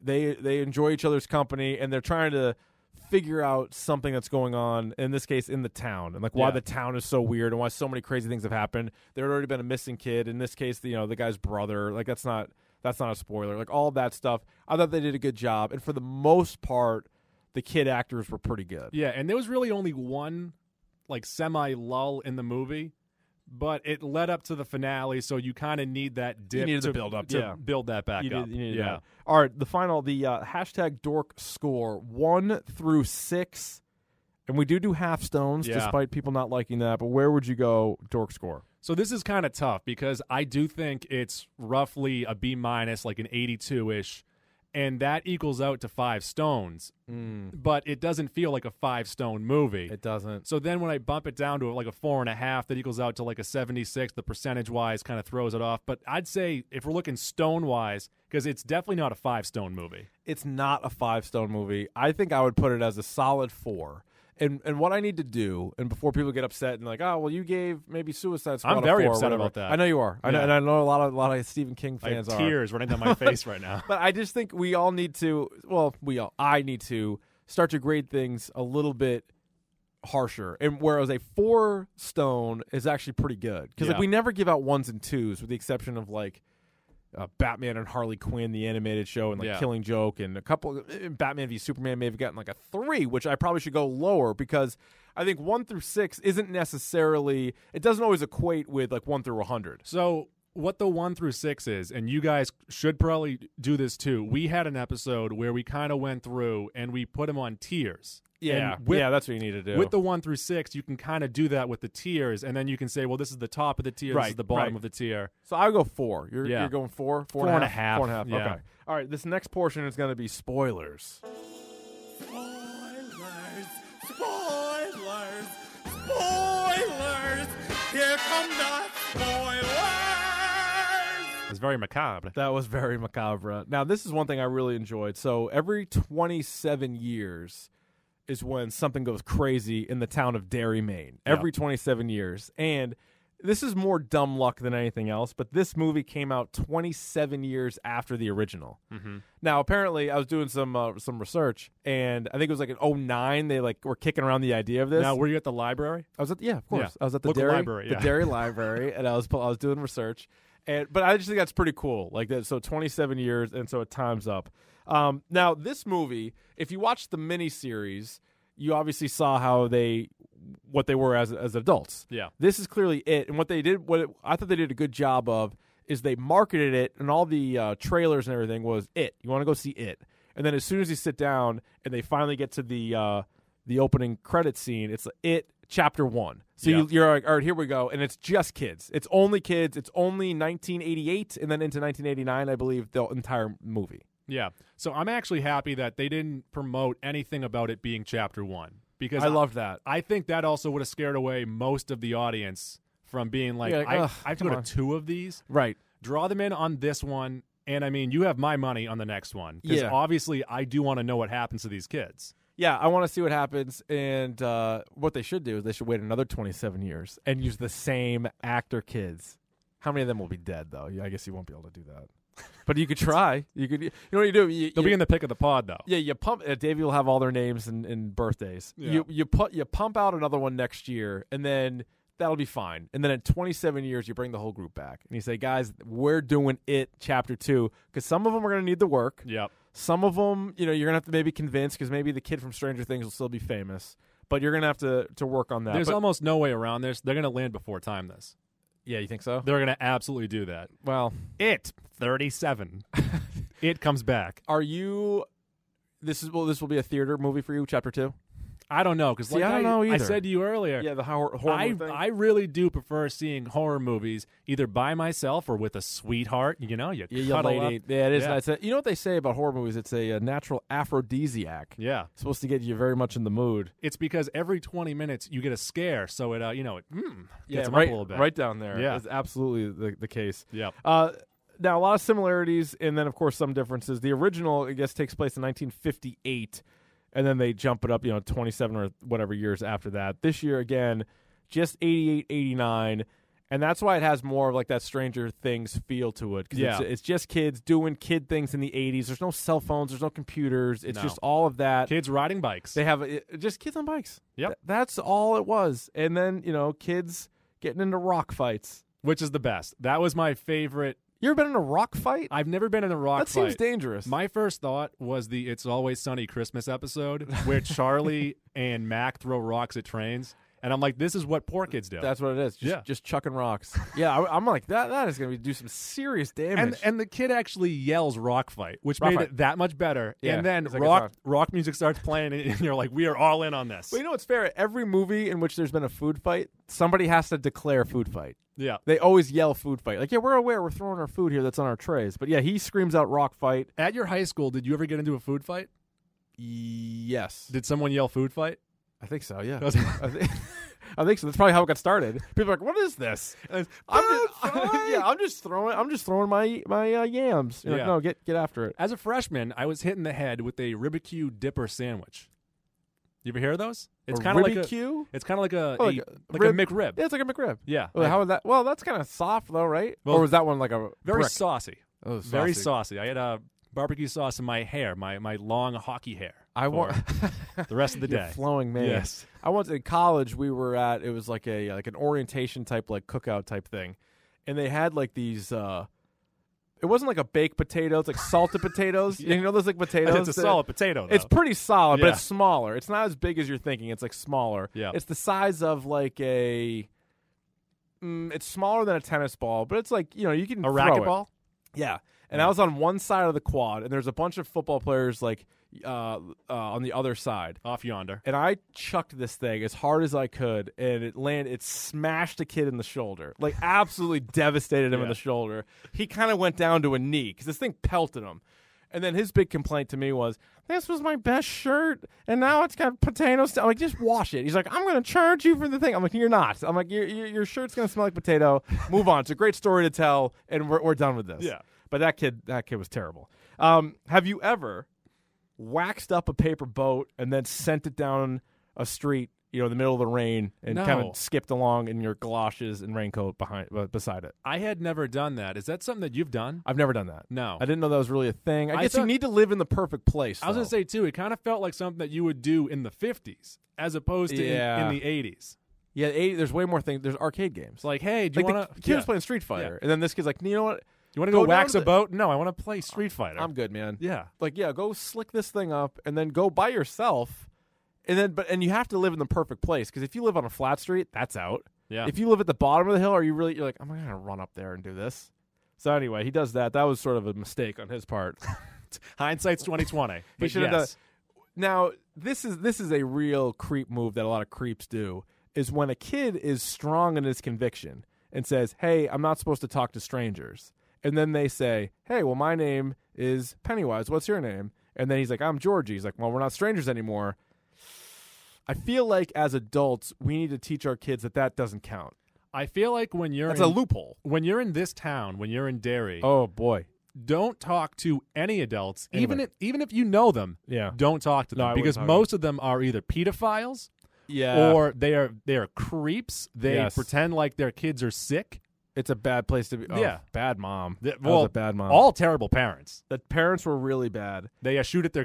they they enjoy each other's company and they're trying to figure out something that's going on in this case in the town and like why
Yeah.
the town is so weird and why so many crazy things have happened there had already been a missing kid in this case the, you know the guy's brother like that's not that's not a spoiler like all that stuff i thought they did a good job and for the most part the kid actors were pretty good
yeah and there was really only one like semi lull in the movie but it led up to the finale so you kind of need that dip
needed
to
the build-up,
to
yeah.
build that back
You
up
did- you did
yeah
that. All right. The final, the uh, hashtag dork score one through six, and we do do half stones,
Yeah.
despite people not liking that. But where would you go dork score?
So this is kind of tough because I do think it's roughly a B minus, like an 82 ish, and that equals out to five stones. But it doesn't feel like a five stone movie.
doesn't.
so then when I bump it down to like a four and a half, that equals out to like a 76. The percentage wise kind of throws it off. But I'd say if we're looking stone wise, because it's definitely not a five stone movie.
It's not a five stone movie. I think I would put it as a solid four. And and what I need to do, and before people get upset and like, oh well, you gave maybe Suicide Squad.
I'm
a
very
four or
upset
whatever."
about that.
I know you are. I know,
Yeah.
and I know a lot of a lot of Stephen King
I have
fans are.
tears running down my face right now.
But I just think we all need to. Well, we all. I need to start to grade things a little bit harsher. And whereas a four stone is actually pretty good because like
Yeah.
we never give out ones and twos with the exception of like. Uh, Batman and Harley Quinn, the animated show, and like
Yeah.
Killing Joke, and a couple uh, Batman v Superman may have gotten like a three, which I probably should go lower because I think one through six isn't necessarily it doesn't always equate with like one through a hundred.
So what the one through six is, and you guys should probably do this too. We had an episode where we kind of went through and we put them on tiers.
Yeah,
And with,
yeah, that's what you need to do.
With the one through six, you can kind of do that with the tiers, and then you can say, well, this is the top of the tier, this
Right,
is the bottom
right.
of the tier.
So I would go four. You're,
Yeah.
you're going four,
Four and a half,
four and a half.
yeah.
Okay. All right. This next portion is going to be spoilers.
Spoilers! Spoilers! Spoilers! Here come the spoilers!
It's very macabre.
That was very macabre. Now this is one thing I really enjoyed. So every 27 years is when something goes crazy in the town of Derry, Maine. Every 27 years, and this is more dumb luck than anything else. But this movie came out 27 years after the original.
Mm-hmm.
Now, apparently, I was doing some uh, some research, and I think it was like in 09, They like were kicking around the idea of this.
Now, were you at the library?
I was at the, yeah, of course.
Yeah.
I was at the
Local
dairy
library, yeah.
the dairy library, and I was I was doing research, and but I just think that's pretty cool. Like that, so twenty seven years, and so it times up. Um, now this movie, if you watched the miniseries, you obviously saw how they what they were as as adults.
Yeah.
this is clearly it, and what they did, what it, I thought they did a good job of is they marketed it, and all the uh, trailers and everything was it. You want to go see it, and then as soon as you sit down and they finally get to the uh, the opening credit scene, it's it chapter one. So
Yeah.
you, you're like, all right, here we go, and it's just kids. It's only kids. It's only 1988, and then into 1989, I believe the entire movie.
Yeah. So I'm actually happy that they didn't promote anything about it being chapter one because
I loved that.
I think that also would have scared away most of the audience from being like,
Yeah, like,
I,
ugh,
I have to
come
go to
on.
two of these.
Right.
draw them in on this one and i mean you have my money on the next one because
Yeah.
obviously i do want to know what happens to these kids
Yeah, I want to see what happens. And uh, what they should do is they should wait another 27 years and use the same actor kids. How many of them will be dead, though? Yeah, I guess you won't be able to do that. But you could try. You could. You know what you do? You,
they'll
you-
be in the pick of the pod though
Yeah, you pump. Uh, Davey will have all their names and, and birthdays.
Yeah.
You you put you pump out another one next year, and then that'll be fine. And then in 27 years, you bring the whole group back, and you say, guys, we're doing it, chapter two, because some of them are going to need the work.
yep
Some of them, you know, you're gonna have to maybe convince, because maybe the kid from Stranger Things will still be famous, but you're gonna have to to work on that.
there's
But-
almost no way around this they're gonna land before time this
yeah, you think so?
they're gonna absolutely do that
Well,
it 37 it comes back
are you? This is well. This will be a theater movie for you, chapter two.
i don't know because
See,
like
I don't know
I
either.
said to you earlier
Yeah, the horror, horror
I,
movie thing.
I really do prefer seeing horror movies either by myself or with a sweetheart. You know, you
Yeah, you
cuddle
lady.
up.
Yeah, it is.
Yeah.
Nice. You know what they say about horror movies? It's a, uh natural aphrodisiac.
Yeah,
It's supposed to get you very much in the mood.
it's because every twenty minutes you get a scare, so it uh, you know it mm, gets 'em
right,
up a little bit.
right down there.
Yeah.
is absolutely the, the case.
Yep.
Uh, now a lot of similarities, and then of course some differences. The original, I guess, takes place in 1958, and then they jump it up, you know, 27 or whatever years after that. This year again, just 88, 89. And that's why it has more of like that Stranger Things feel to it. 'cause
Yeah.
it's, it's just kids doing kid things in the 80s. There's no cell phones. There's no computers. It's
No.
just all of that.
Kids riding bikes.
They have it, just kids on bikes.
Yep.
Th- that's all it was. And then, you know, kids getting into rock fights.
which is the best. That was my favorite.
You ever been in a rock fight?
I've never been in a rock
that
fight.
seems dangerous.
My first thought was the "It's Always Sunny" Christmas episode where Charlie and Mac throw rocks at trains, and I'm like, "This is what poor kids do."
that's what it is. Just,
Yeah.
just chucking rocks. yeah, I, am like that. That is going to do some serious damage.
and and the kid actually yells "rock fight," which
Rock
made
fight.
it that much better.
Yeah,
and then
it's like it's
rock
on.
rock music starts playing, and, and you're like, "We are all in on this."
well, you know what's fair? Every movie in which there's been a food fight, somebody has to declare food fight.
yeah,
They always yell food fight. Like, yeah, we're aware we're throwing our food here that's on our trays. But yeah, he screams out rock fight.
at your high school, did you ever get into a food fight?
Yes.
Did someone yell "food fight"?
I think so, yeah.
Was-
I think, I think so. That's probably how it got started. People are like, "What is this?" And it's, I'm just, yeah, I'm just throwing, I'm just throwing my my uh, yams. You're
Yeah.
like, no, get get after it.
As a freshman, I was hit in the head with a Ribicue dipper sandwich. You ever hear of those? It's
Or
kind of like a.
Ribby-Q?
It's kind of like a
Oh,
a- like,
like
a,
a rib-
McRib.
Yeah, it's like a McRib.
Yeah,
Well,
I-
how was that? Well, that's kind of soft though, right?
Well,
or was that one like a
very
brick?
saucy,
Oh,
very
saucy.
saucy. I had a barbecue sauce in my hair, my my long hockey hair.
I
for
want
the rest of the
You're
day.
flowing man.
Yes.
I once in college we were at it was like a like an orientation type like cookout type thing, and they had like these. uh It wasn't like a baked potato. It's like salted potatoes. You know those like potatoes.
It's a
that-
solid potato. Though.
It's pretty solid,
Yeah.
but it's smaller. It's not as big as you're thinking. It's like smaller.
Yeah.
It's the size of like a. Mm, it's smaller than a tennis ball, but it's like you know you can
a
throw it.
racquetball.
Yeah. And I was on one side of the quad, and there's a bunch of football players like uh, uh, on the other side.
off yonder.
And I chucked this thing as hard as I could, and it landed. It smashed a kid in the shoulder, like absolutely devastated him in
Yeah.
the shoulder. He kind of went down to a knee because this thing pelted him. And then his big complaint to me was, "This was my best shirt, and now it's got potato stuff." Like, just wash it. He's like, "I'm going to charge you for the thing." I'm like, "You're not." I'm like, "Your your, your shirt's going to smell like potato." Move on. It's a great story to tell, and we're we're done with this.
Yeah.
But that kid, that kid was terrible. Um, have you ever waxed up a paper boat and then sent it down a street, you know, in the middle of the rain and
No.
kind of skipped along in your galoshes and raincoat behind uh, beside it.
I had never done that. Is that something that you've done?
I've never done that.
No.
I didn't know that was really a thing. I,
I
guess you
thought-
need to live in the perfect place.
I was going
though.
to say, too, it kind of felt like something that you would do in the 50s as opposed to in-
Yeah.
in, the 80s.
yeah, eight, there's way more things. There's arcade games.
It's like, hey, do
like
you
the
want
k-
to
kid was playing Street Fighter,
Yeah.
and then this kid's like, you know what?
You want to
Go
go,
down
wax
to
a
the- Uh,
boat? No, I want to play Street Fighter.
I'm good, man.
yeah.
Like, yeah, go slick this thing up and then go by yourself. And then, but and you have to live in the perfect place because if you live on a flat street, that's out.
Yeah.
If you live at the bottom of the hill, are you really? You're like, I'm not gonna run up there and do this. So anyway, he does that. That was sort of a mistake on his part.
Hindsight's 2020.
He
but
should have done.
yes.
Now this is this is a real creep move that a lot of creeps do. Is when a kid is strong in his conviction and says, "Hey, I'm not supposed to talk to strangers," and then they say, "Hey, well, my name is Pennywise. What's your name?" And then he's like, "I'm Georgie." He's like, "Well, we're not strangers anymore." I feel like as adults, we need to teach our kids that that doesn't count.
I feel like when you're,
That's
in,
a loophole.
when you're in this town, when you're in Derry,
Oh boy.
don't talk to any adults, even,
Anyway.
if, even if you know them.
Yeah.
Don't talk to
No,
them
I wouldn't
because
talk to
most of them are either pedophiles
Yeah.
or they are they are creeps. They
Uh, Yes.
pretend like their kids are sick.
it's a bad place to be. Oh,
Yeah.
Bad mom.
Th-
That was
well,
a bad mom.
All terrible parents.
the parents were really bad.
They uh, shoot at their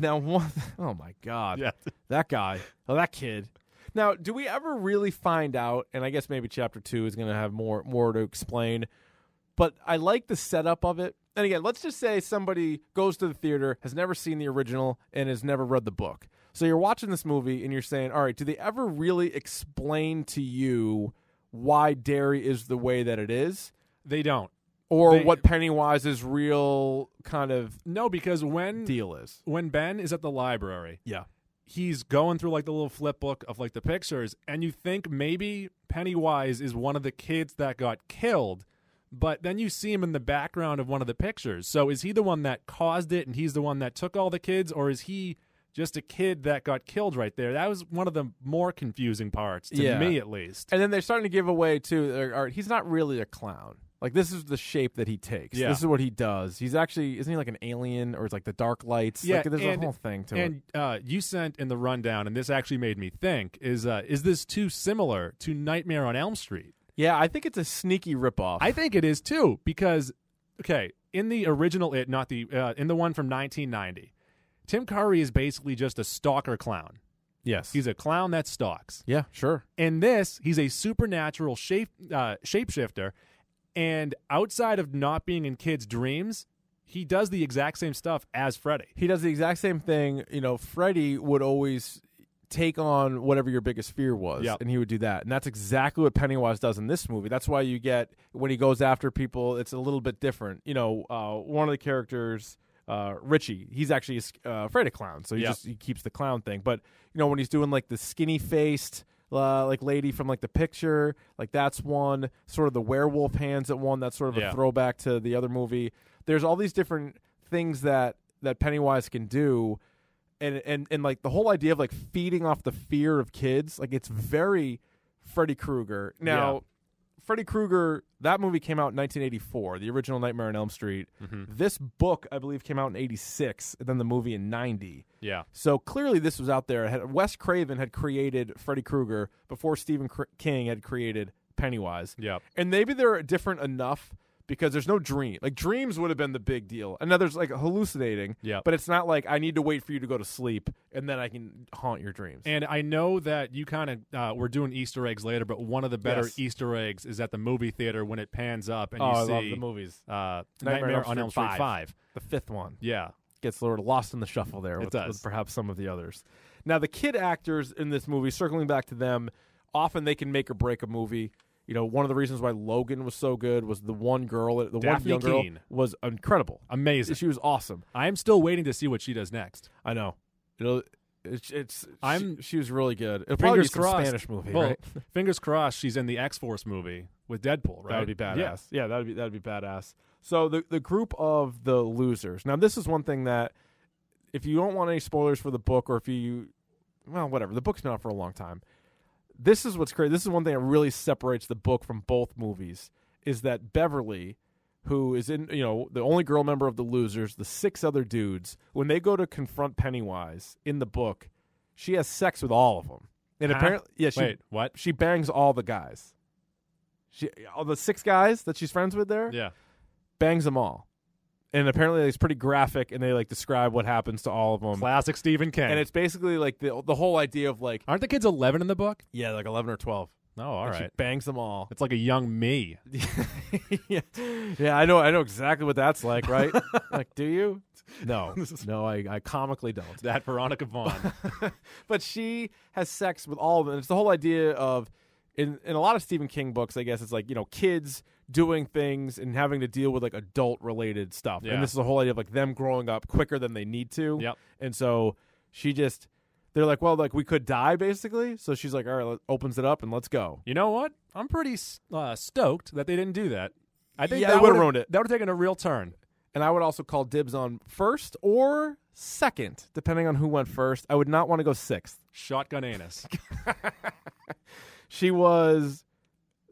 Now one oh my god.
Yeah.
That guy. Oh, that kid. Now, do we ever really find out? And I guess maybe chapter two is going to have more more to explain. But I like the setup of it. And again, let's just say somebody goes to the theater, has never seen the original, and has never read the book. So you're watching this movie and you're saying, all right, do they ever really explain to you why dairy is the way that it is?
They don't.
Or
They-
what Pennywise's real kind of
No, because when
deal is?
when Ben is at the library,
Yeah.
he's going through like the little flip book of like the pictures, and you think maybe Pennywise is one of the kids that got killed, but then you see him in the background of one of the pictures. So is he the one that caused it, and he's the one that took all the kids, or is he? Just a kid that got killed right there. That was one of the more confusing parts to
Yeah.
me, at least.
And then they're starting to give away too. they're- All right, he's not really a clown. Like this is the shape that he takes.
Yeah.
This is what he does. He's actually isn't he like an alien or it's like the dark lights? like, there's
and,
a whole thing to
and,
it.
uh, you sent in the rundown, and this actually made me think: is uh, is this too similar to Nightmare on Elm Street?
Yeah, I think it's a sneaky ripoff.
I think it is too, because okay, in the original It, not the uh, in the one from 1990, Tim Curry is basically just a stalker clown.
yes.
He's a clown that stalks.
yeah, sure.
In this, he's a supernatural shape uh, shapeshifter, and outside of not being in kids' dreams, he does the exact same stuff as Freddy.
He does the exact same thing. You know, Freddy would always take on whatever your biggest fear was,
Yep.
and he would do that. And that's exactly what Pennywise does in this movie. That's why you get when he goes after people, it's a little bit different. You know, uh, one of the characters. Uh, Richie, he's actually a sc- uh, afraid of clowns, so he
Yep.
just he keeps the clown thing. But you know when he's doing like the skinny faced uh, like lady from like the picture, like that's one sort of the werewolf hands at one. That's sort of a
Yeah.
throwback to the other movie. There's all these different things that that Pennywise can do, and and and like the whole idea of like feeding off the fear of kids, like it's very Freddy Krueger. Now, Freddy Krueger, that movie came out in 1984, the original Nightmare on Elm Street. This book, I believe, came out in 86, and then the movie in 90.
Yeah.
So clearly, this was out there. It had- Wes Craven had created Freddy Krueger before Stephen Cr- King had created Pennywise.
Yep.
And maybe they're different enough because there's no dream. Like dreams would have been the big deal. And now there's like hallucinating.
Yep.
But it's not like I need to wait for you to go to sleep and then I can haunt your dreams.
And I know that you kind of uh, we're doing Easter eggs later, but one of the better
Yes.
Easter eggs is at the movie theater when it pans up and
oh,
you
I
see
love the movies.
Uh, Nightmare on Elm Street Five.
the fifth one.
Yeah,
gets sort of lost in the shuffle there.
It
with,
does.
with perhaps some of the others. Now the kid actors in this movie, circling back to them, often they can make or break a movie. You know, one of the reasons why Logan was so good was the one girl, the
Daphne
one young girl
Keane.
was incredible.
amazing.
She was awesome.
I am still waiting to see what she does next.
I know. It'll, it's it's
I'm-
she, she was really good. It'll probably be
Fingers
some
crossed.
Spanish movie,
Well,
right?
fingers crossed. She's in the X Force movie with Deadpool. Right?
That would be badass.
Yeah.
Yeah, that'd be that'd be badass. So the the group of the losers. Now this is one thing that if you don't want any spoilers for the book or if you well, whatever, the book's been out for a long time. This is what's crazy. This is one thing that really separates the book from both movies is that Beverly who is in you know the only girl member of the losers the six other dudes when they go to confront pennywise in the book she has sex with all of them and
Huh?
apparently yeah she,
Wait, what?
she bangs all the guys. She all the six guys that she's friends with there
Yeah.
bangs them all, and apparently it's pretty graphic, and they like describe what happens to all of them,
Classic Stephen King.
and it's basically like the the whole idea of like
aren't the kids eleven in the book?
yeah like eleven or twelve.
No, all
And
right.
she bangs them all.
It's like a young me.
yeah. yeah, I know, I know exactly what that's like, right? like, do you? No, no, I, I comically don't.
That Veronica Vaughn.
but she has sex with all of them. It's the whole idea of in in a lot of Stephen King books, I guess it's like, you know, kids doing things and having to deal with like adult related stuff.
Yeah.
And this is the whole idea of like them growing up quicker than they need to.
Yep.
And so she just they're like, well, like we could die basically. So she's like, all right, let- opens it up and let's go.
you know what? I'm pretty s- uh, stoked that they didn't do that. I think
Yeah,
that
it would've
would've-
ruined it.
That would have taken a real turn.
And I would also call dibs on first or second, depending on who went first. I would not want to go sixth.
Shotgun anus.
She was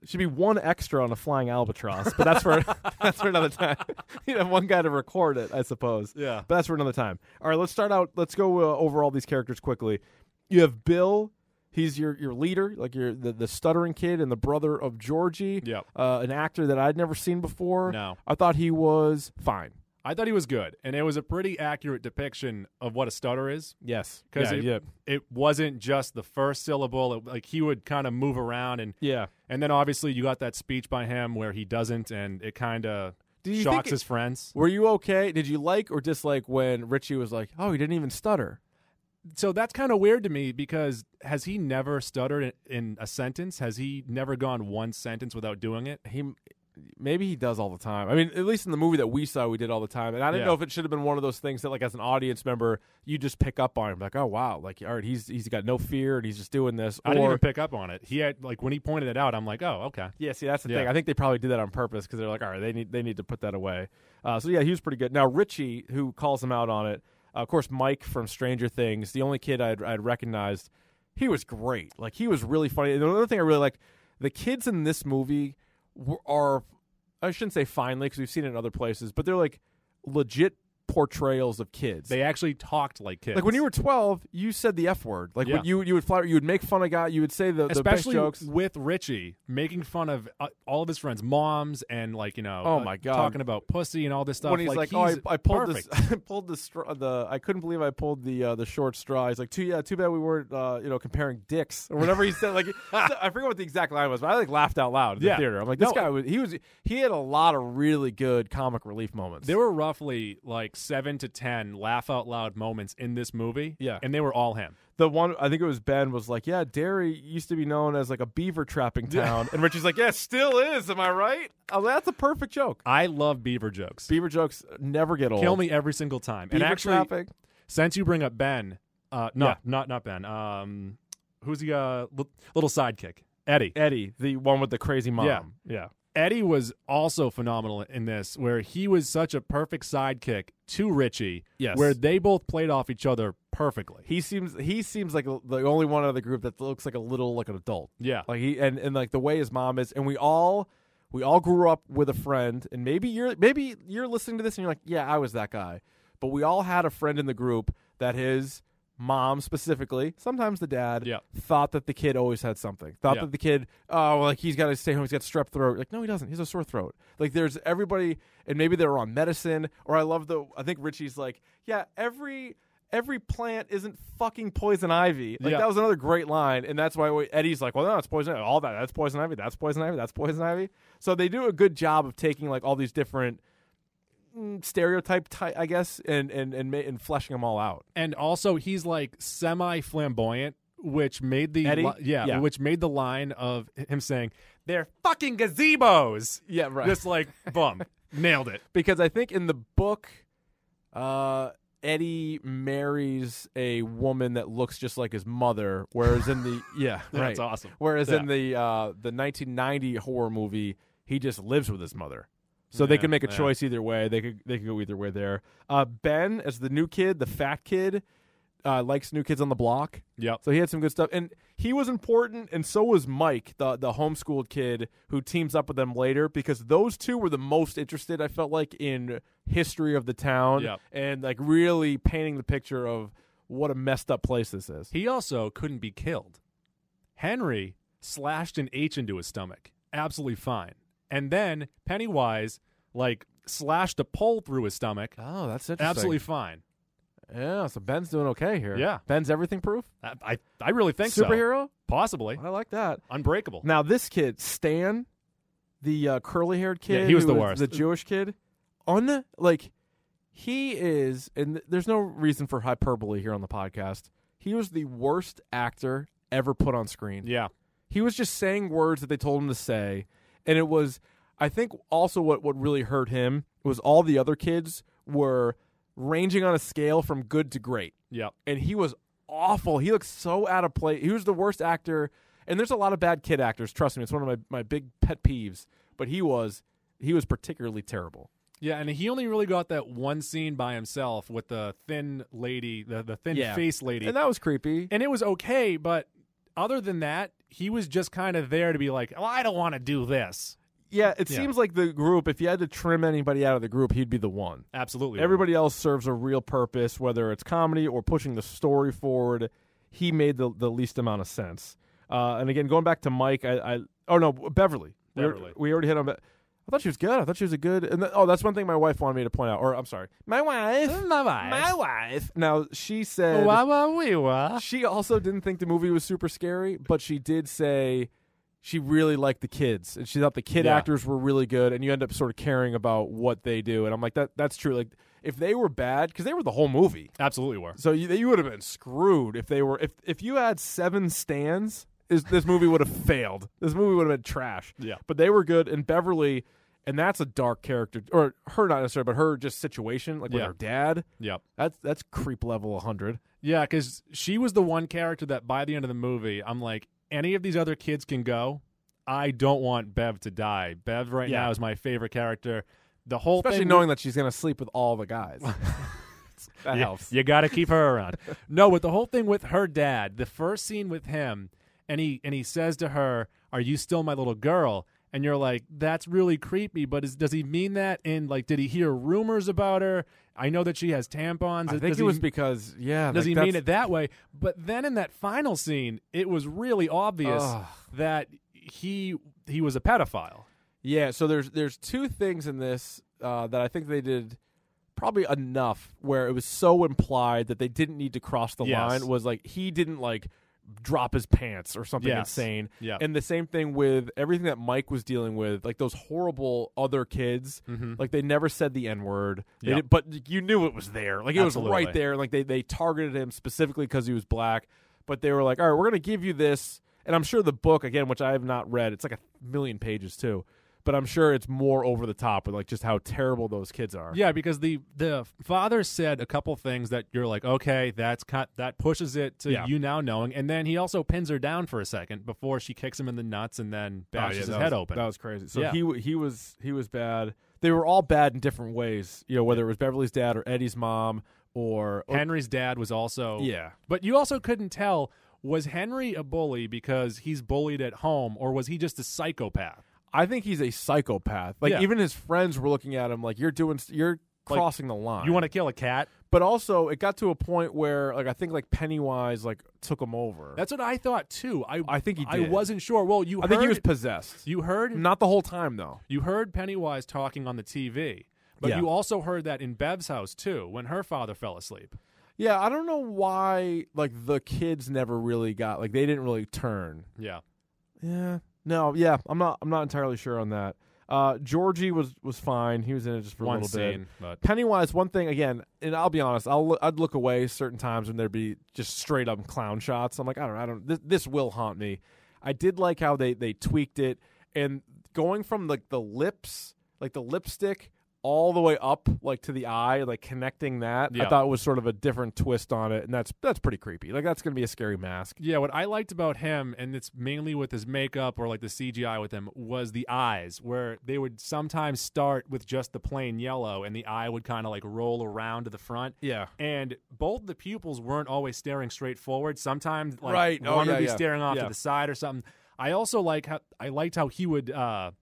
she'd be one extra on a flying albatross, but that's for that's for another time. you have one guy to record it, I suppose.
Yeah.
But that's for another time. All right, let's start out. Let's go uh, over all these characters quickly. You have Bill. He's your, your leader, like your the, the stuttering kid and the brother of Georgie.
Yep.
Uh, an actor that I'd never seen before.
No.
I thought he was fine.
I thought he was good, and it was a pretty accurate depiction of what a stutter is.
Yes.
because
yeah,
it,
yeah.
it wasn't just the first syllable. It, like he would kind of move around, and
Yeah.
and then obviously you got that speech by him where he doesn't, and it kind of
Do you think
shocks
it-
his friends.
Were you okay? Did you like or dislike when Richie was like, "Oh, he didn't even stutter"?
So that's kind of weird to me because has he never stuttered in, in a sentence? Has he never gone one sentence without doing it?
He maybe he does all the time. I mean, at least in the movie that we saw, we did all the time. And I didn't
Yeah.
know if it should have been one of those things that, like, as an audience member, you just pick up on him, like, "Oh, wow, like, all right, he's he's got no fear and he's just doing this."
I didn't
Or-
even pick up on it. He had like when he pointed it out, I'm like, oh okay,
Yeah, see, that's the
Yeah.
thing. I think they probably did that on purpose because they're like, all right, they need they need to put that away. Uh, so yeah, he was pretty good. Now Richie, who calls him out on it, uh, of course, Mike from Stranger Things, the only kid I'd, I'd recognized, he was great. Like he was really funny. And the other thing I really liked, the kids in this movie were, are, I shouldn't say finally because we've seen it in other places, but they're like legit portrayals of kids.
they actually talked like kids.
like when you were twelve, you said the f word. Like
Yeah.
when you you would fly, you would make fun of guy, you would say the, the best
Especially
jokes.
with Richie making fun of uh, all of his friends' moms and like you know,
Oh
uh,
my God.
talking about pussy and all this stuff.
when he's like,
he's
"Oh, I, I pulled
perfect.
this, I pulled the straw, the I couldn't believe I pulled the uh, the short straw." He's like, "Too yeah, too bad we weren't uh, you know comparing dicks or whatever he said." Like, I forget what the exact line was, but I like laughed out loud in
Yeah.
the theater. I'm like, "This
No,
guy was he was he had a lot of really good comic relief moments."
There were roughly like seven to ten laugh out loud moments in this movie.
Yeah.
And they were all him.
the one I think it was Ben was like, "Yeah, Derry used to be known as like a beaver trapping town," and Richie's like, "Yeah, still is. Am I right?" Oh, that's a perfect joke.
I love beaver jokes.
Beaver jokes never get old.
Kill me every single time.
Beaver
and actually,
trapping.
since you bring up Ben, uh, no,
Yeah.
not not Ben. Um, who's the uh, li- little sidekick? Eddie.
Eddie, the one with the crazy mom.
Yeah. Yeah. Eddie was also phenomenal in this, where he was such a perfect sidekick to Richie,
Yes.
where they both played off each other perfectly.
He seems he seems like the only one out of the group that looks like a little like an adult.
Yeah.
Like he and, and like the way his mom is and we all we all grew up with a friend and maybe you're maybe you're listening to this and you're like, "Yeah, I was that guy." But we all had a friend in the group that his mom specifically, sometimes the dad,
Yeah.
thought that the kid always had something. Thought
Yeah.
that the kid, oh, like he's got to stay home, he's got strep throat. Like no, he doesn't. He's a sore throat. Like there's everybody and maybe they're on medicine or I love the I think Richie's like, "Yeah, every every plant isn't fucking poison ivy. Like
Yeah.
that was another great line, and that's why we- Eddie's like, well, no, it's poison ivy. All that, that's poison ivy. That's poison ivy. That's poison ivy. So they do a good job of taking like all these different mm, stereotype, ty- I guess, and and and, ma- and fleshing them all out.
and also he's like semi flamboyant, which made the
Eddie?
li- yeah,
Yeah.
which made the line of him saying they're fucking gazebos.
Yeah, right.
Just like bum, nailed it.
because I think in the book, uh, Eddie marries a woman that looks just like his mother, whereas in the yeah, right.
That's awesome.
Whereas in
Yeah.
the uh, the 1990 horror movie, he just lives with his mother. So they
Yeah,
could make a
yeah.
choice either way. They could they could go either way there. Uh, ben as the new kid, the fat kid, uh, likes new kids on the block.
Yep.
So he had some good stuff, and he was important, and so was Mike, the the homeschooled kid who teams up with them later because those two were the most interested. I felt like in history of the town
Yep.
and like really painting the picture of what a messed up place this is.
He also couldn't be killed. Henry slashed an H into his stomach. Absolutely fine. And then Pennywise like slashed a pole through his stomach.
Oh, that's interesting.
Absolutely fine.
Yeah, so Ben's doing okay here.
Yeah.
Ben's everything proof.
I I, I really think so.
Superhero?
Possibly.
I like that.
Unbreakable.
Now this kid, Stan, the uh, curly-haired kid,
Yeah, he was
who
the worst.
the Jewish kid, on like he is, and th- there's no reason for hyperbole here on the podcast. He was the worst actor ever put on screen.
Yeah.
He was just saying words that they told him to say, and it was, I think, also what what really hurt him was all the other kids were ranging on a scale from good to great
Yep.
and he was awful. He looked so out of place. He was the worst actor. And there's a lot of bad kid actors. Trust me, it's one of my, my big pet peeves. But he was he was particularly terrible.
Yeah, and he only really got that one scene by himself with the thin lady, the, the thin
Yeah.
face lady.
And that was creepy.
and it was okay, but other than that, he was just kind of there to be like, well, I don't want to do this.
Yeah, it
Yeah.
seems like the group, if you had to trim anybody out of the group, he'd be the one.
Absolutely.
Everybody else serves a real purpose, whether it's comedy or pushing the story forward. He made the, the least amount of sense. Uh, and again, going back to Mike, I, I oh no, Beverly. We al-
Beverly.
We, already hit on. Be- I thought she was good. I thought she was a good. And th- oh, that's one thing my wife wanted me to point out. Or I'm sorry, my wife.
My wife.
My wife. Now she said
Wah, wah, wee, wah.
she also didn't think the movie was super scary, but she did say she really liked the kids and she thought the kid
Yeah.
actors were really good and you end up sort of caring about what they do and I'm like that that's true like if they were bad cuz they were the whole movie.
Absolutely were.
So you, you would have been screwed if they were if if you had 7 stands is this movie would have failed. This movie would have been trash.
Yeah.
But they were good and Beverly and that's a dark character or her not necessarily but her just situation like with
Yeah.
her dad.
Yep.
That's that's creep level 100.
Yeah, because she was the one character that by the end of the movie, I'm like, any of these other kids can go. I don't want Bev to die. Bev right
Yeah.
now is my favorite character. The whole
especially
thing
knowing that she's gonna sleep with all the guys. that
Yeah,
helps.
You got to keep her around. no, with the whole thing with her dad, the first scene with him, and he and he says to her, "Are you still my little girl?" And you're like, "That's really creepy." But is, does he mean that? And like, did he hear rumors about her? I know that she has tampons.
I
does
think it
he-
was because yeah.
does
like,
he
that's-
mean it that way? But then in that final scene, it was really obvious
Ugh.
that he he was a pedophile.
Yeah. So there's there's two things in this uh, that I think they did probably enough where it was so implied that they didn't need to cross the
Yes.
line. Was like he didn't like drop his pants or something
Yes.
insane.
Yeah.
And the same thing with everything that Mike was dealing with, like those horrible other kids. Like they never said the N word, They
Yep.
did- but you knew it was there. Like it
Absolutely.
was right there. Like they they targeted him specifically because he was black. But they were like, all right, we're gonna give you this. And I'm sure the book again, which I have not read, it's like a million pages too. but I'm sure it's more over the top with like just how terrible those kids are.
Yeah, because the the father said a couple things that you're like, okay, that's cut. that pushes it to
Yeah.
you now knowing, and then he also pins her down for a second before she kicks him in the nuts and then
Oh, yeah,
bashes his
that
head
was-
open.
That was crazy. So
Yeah.
he w- he was he was bad. They were all bad in different ways. You know, whether it was Beverly's dad or Eddie's mom or, or-
Henry's dad was also
oh. yeah.
But you also couldn't tell was Henry a bully because he's bullied at home or was he just a psychopath?
I think he's a psychopath. Like
Yeah.
even his friends were looking at him like you're doing s- you're
Like,
crossing the line.
You want to kill a cat?
but also it got to a point where like I think like Pennywise like took him over.
That's what I thought too. I
I think he
I
did.
wasn't sure. Well, you
I
heard
think he was possessed.
you heard
Not the whole time though.
you heard Pennywise talking on the TV. But
Yeah.
you also heard that in Bev's house too when her father fell asleep.
Yeah, I don't know why like the kids never really got like they didn't really turn.
Yeah.
Yeah. No, yeah, I'm not I'm not entirely sure on that. Uh Georgie was was fine. He was in it just for a
One
little
scene,
bit.
but
Pennywise, one thing again, and I'll be honest, I'll look, I'd look away certain times when there'd be just straight up clown shots. I'm like, I don't, I don't, this, this will haunt me. I did like how they they tweaked it and going from like the lips, like the lipstick, all the way up like to the eye, like connecting that. I
Yeah.
thought was sort of a different twist on it, and that's that's pretty creepy. Like that's gonna be a scary mask.
Yeah, what I liked about him, and it's mainly with his makeup or like the CGI with him, was the eyes, where they would sometimes start with just the plain yellow and the eye would kind of like roll around to the front.
Yeah.
And both the pupils weren't always staring straight forward. Sometimes, like,
Right.
one
Oh,
would
yeah,
be
yeah.
staring off
Yeah.
to the side or something. I also like how I liked how he would uh,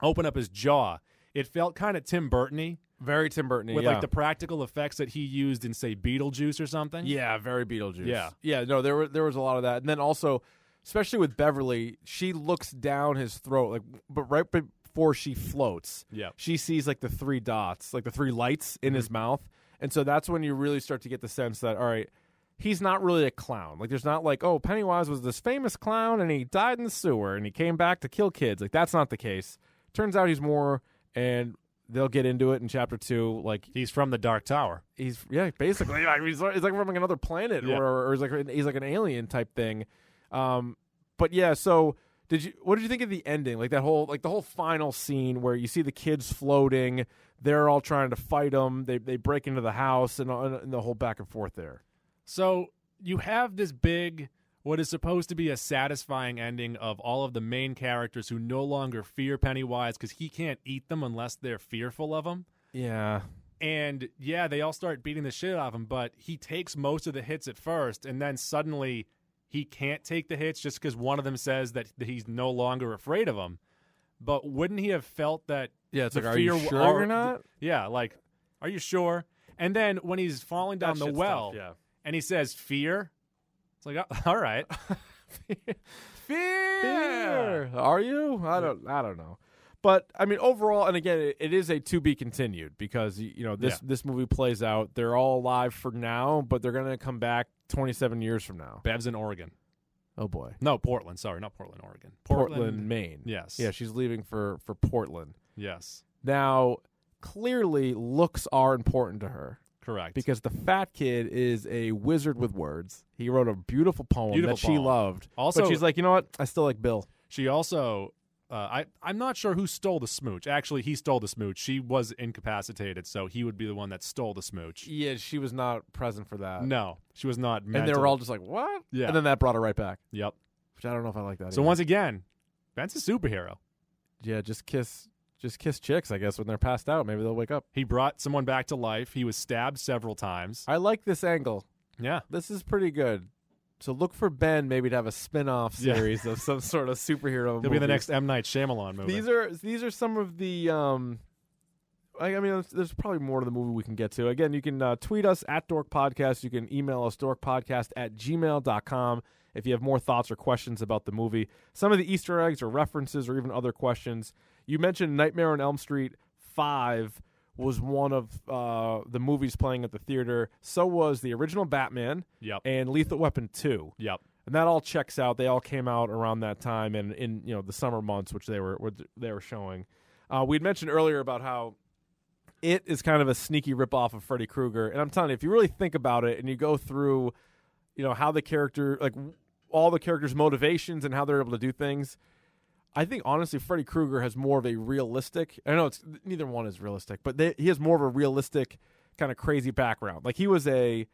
open up his jaw. It felt kind of Tim Burton-y
Very Tim Burton.
with like the practical effects that he used in say Beetlejuice or something.
Yeah, very Beetlejuice.
Yeah.
yeah. No, there were there was a lot of that, and then also, especially with Beverly, she looks down his throat, like, but right before she floats,
Yeah.
she sees like the three dots, like the three lights
Mm-hmm.
in his mouth, and so that's when you really start to get the sense that all right. He's not really a clown. Like, there's not like, oh, Pennywise was this famous clown and he died in the sewer and he came back to kill kids. Like, that's not the case. Turns out he's more, and they'll get into it in chapter two. Like,
He's from the Dark Tower.
he's yeah, basically like he's, he's like from like, another planet
Yeah.
or, or he's like an- he's like an alien type thing. Um, but yeah, so did you what did you think of the ending? Like that whole like the whole final scene where you see the kids floating, they're all trying to fight them. They they break into the house and, and the whole back and forth there.
So you have this big, what is supposed to be a satisfying ending of all of the main characters who no longer fear Pennywise because he can't eat them unless they're fearful of him.
Yeah,
And yeah, they all start beating the shit out of him, but he takes most of the hits at first, and then suddenly he can't take the hits just because one of them says that that he's no longer afraid of him. But wouldn't he have felt that?
yeah. It's
the
like are you
fear
sure
are-
or not?
Yeah, like, are you sure? And then when he's falling down the well,
yeah.
and he says fear. It's like, uh, all right,
Fear. Are you? I don't. I don't know. But I mean, overall, and again, it, it is a to be continued because y- you know this this movie plays out. They're all alive for now, but they're gonna come back twenty seven years from now.
Bev's in Oregon.
Oh boy,
No, Portland. Sorry, not Portland, Oregon.
Portland, Maine.
Yes.
yeah, she's leaving for for Portland
Yes,
now. Clearly, looks are important to her
correct.
because the fat kid is a wizard with words. He wrote a beautiful poem
Beautiful
that she
poem.
loved.
Also-
but she's like, you know what? I still like Bill.
she also, uh, I, I'm not sure who stole the smooch. Actually, he stole the smooch. She was incapacitated, so he would be the one that stole the smooch. Uh,
Yeah, she was not present for that.
No, she was not.
and
Mentally.
they were all just like, "What?"
Yeah.
and then that brought her right back,
Yep.
which I don't know if I like that.
So
either.
once again, Ben's a superhero.
yeah, just kiss, just kiss chicks, I guess, when they're passed out. Maybe they'll wake up.
He brought someone back to life. He was stabbed several times.
I like this angle.
Yeah.
This is pretty good. So look for Ben maybe to have a spin-off
Yeah.
series of some sort of superhero.
He'll be the
movie.
next M Night Shyamalan movie.
These are these are some of the. Um, I I mean, there's, there's probably more to the movie we can get to. Again, you can uh, tweet us at Dork Podcast. You can email us dorkpodcast at gmail.com if you have more thoughts or questions about the movie. Some of the Easter eggs or references or even other questions. You mentioned Nightmare on Elm Street 5 was one of uh, the movies playing at the theater. So was the original Batman
Yep.
and Lethal Weapon 2
Yep.
and that all checks out. They all came out around that time, and in you know the summer months, which they were, were they were showing. Uh, we'd mentioned earlier about how it is kind of a sneaky ripoff of Freddy Krueger, and I'm telling you, if you really think about it and you go through, you know how the character like w- all the characters' motivations and how they're able to do things. I think honestly, Freddy Krueger has more of a realistic. I know it's neither one is realistic, but they, he has more of a realistic kind of crazy background. Like he was a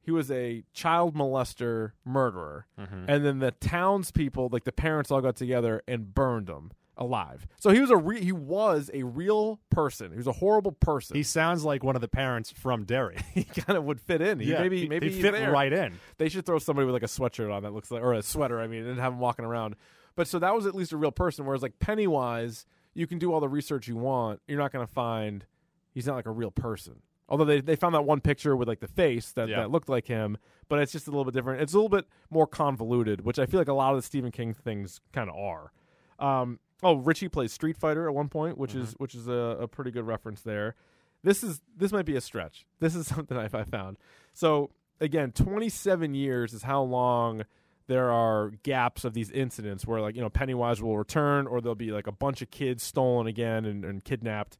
he was a child molester murderer,
Mm-hmm.
and then the townspeople, like the parents, all got together and burned him alive. So he was a re- he was a real person. He was a horrible person.
He sounds like one of the parents from Derry.
he kind of would fit in. He, maybe
he-
maybe
he
he's
fit
there.
right in.
They should throw somebody with like a sweatshirt on that looks like, or a sweater. I mean, and have him walking around. But so that was at least a real person. Whereas like Pennywise, you can do all the research you want. You're not going to find he's not like a real person. Although they, they found that one picture with like the face that,
Yeah.
that looked like him, but it's just a little bit different. It's a little bit more convoluted, which I feel like a lot of the Stephen King things kind of are. Um, oh, Richie plays Street Fighter at one point, which is which is a, a pretty good reference there. This is this might be a stretch. This is something I, I found. So again, 27 years is how long there are gaps of these incidents where like you know Pennywise will return or there'll be like a bunch of kids stolen again and, and kidnapped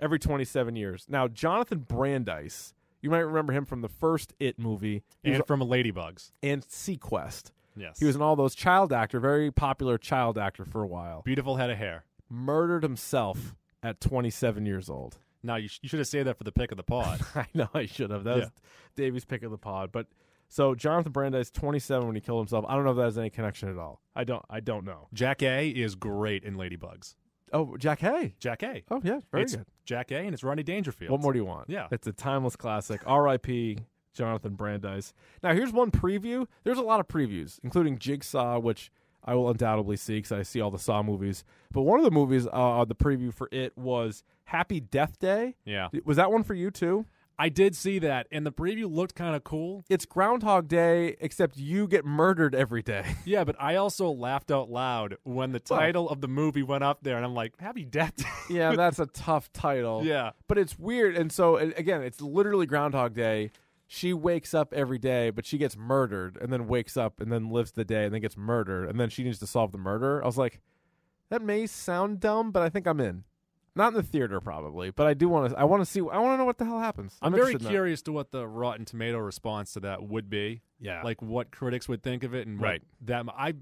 every 27 years. Now Jonathan Brandeis, you might remember him from the first It movie He was-
And from Ladybugs.
and Sequest.
Yes.
He was in all those child actor, very popular child actor for a while
beautiful head of hair.
murdered himself at 27 years old.
Now, you, sh- you should have saved that for the pick of the pod.
I know I should have. That was
Yeah.
Davy's pick of the pod. But so Jonathan Brandeis, 27 when he killed himself. I don't know if that has any connection at all. I don't. I don't know.
Jack A is great in Ladybugs.
Oh, Jack Hay.
Jack A.
Oh yeah, very
it's
good.
Jack A and it's Ronnie Dangerfield.
What more do you want?
Yeah.
it's a timeless classic. R.I.P. Jonathan Brandeis. Now here's one preview. There's a lot of previews, including Jigsaw, which I will undoubtedly see because I see all the Saw movies. But one of the movies, uh, the preview for it was Happy Death Day.
Yeah.
was that one for you too?
I did see that, and the preview looked kind of cool.
it's Groundhog Day, except you get murdered every day.
Yeah, but I also laughed out loud when the title of the movie went up there, and I'm like, "Happy Death Day."
yeah, that's a tough title.
Yeah.
But it's weird. And so, a- again, it's literally Groundhog Day. She wakes up every day, but she gets murdered and then wakes up and then lives the day and then gets murdered. And then she needs to solve the murder. I was like, that may sound dumb, but I think I'm in. Not in the theater, probably, but I do want to. I want to see. I want to know what the hell happens. I'm,
I'm, very
interested in that.
curious to what the Rotten Tomato response to that would be.
Yeah.
like what critics would think of it, and what
Right.
That I,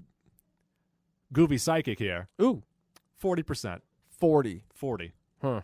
goofy psychic here,
Ooh,
forty percent,
forty.
forty,
Huh.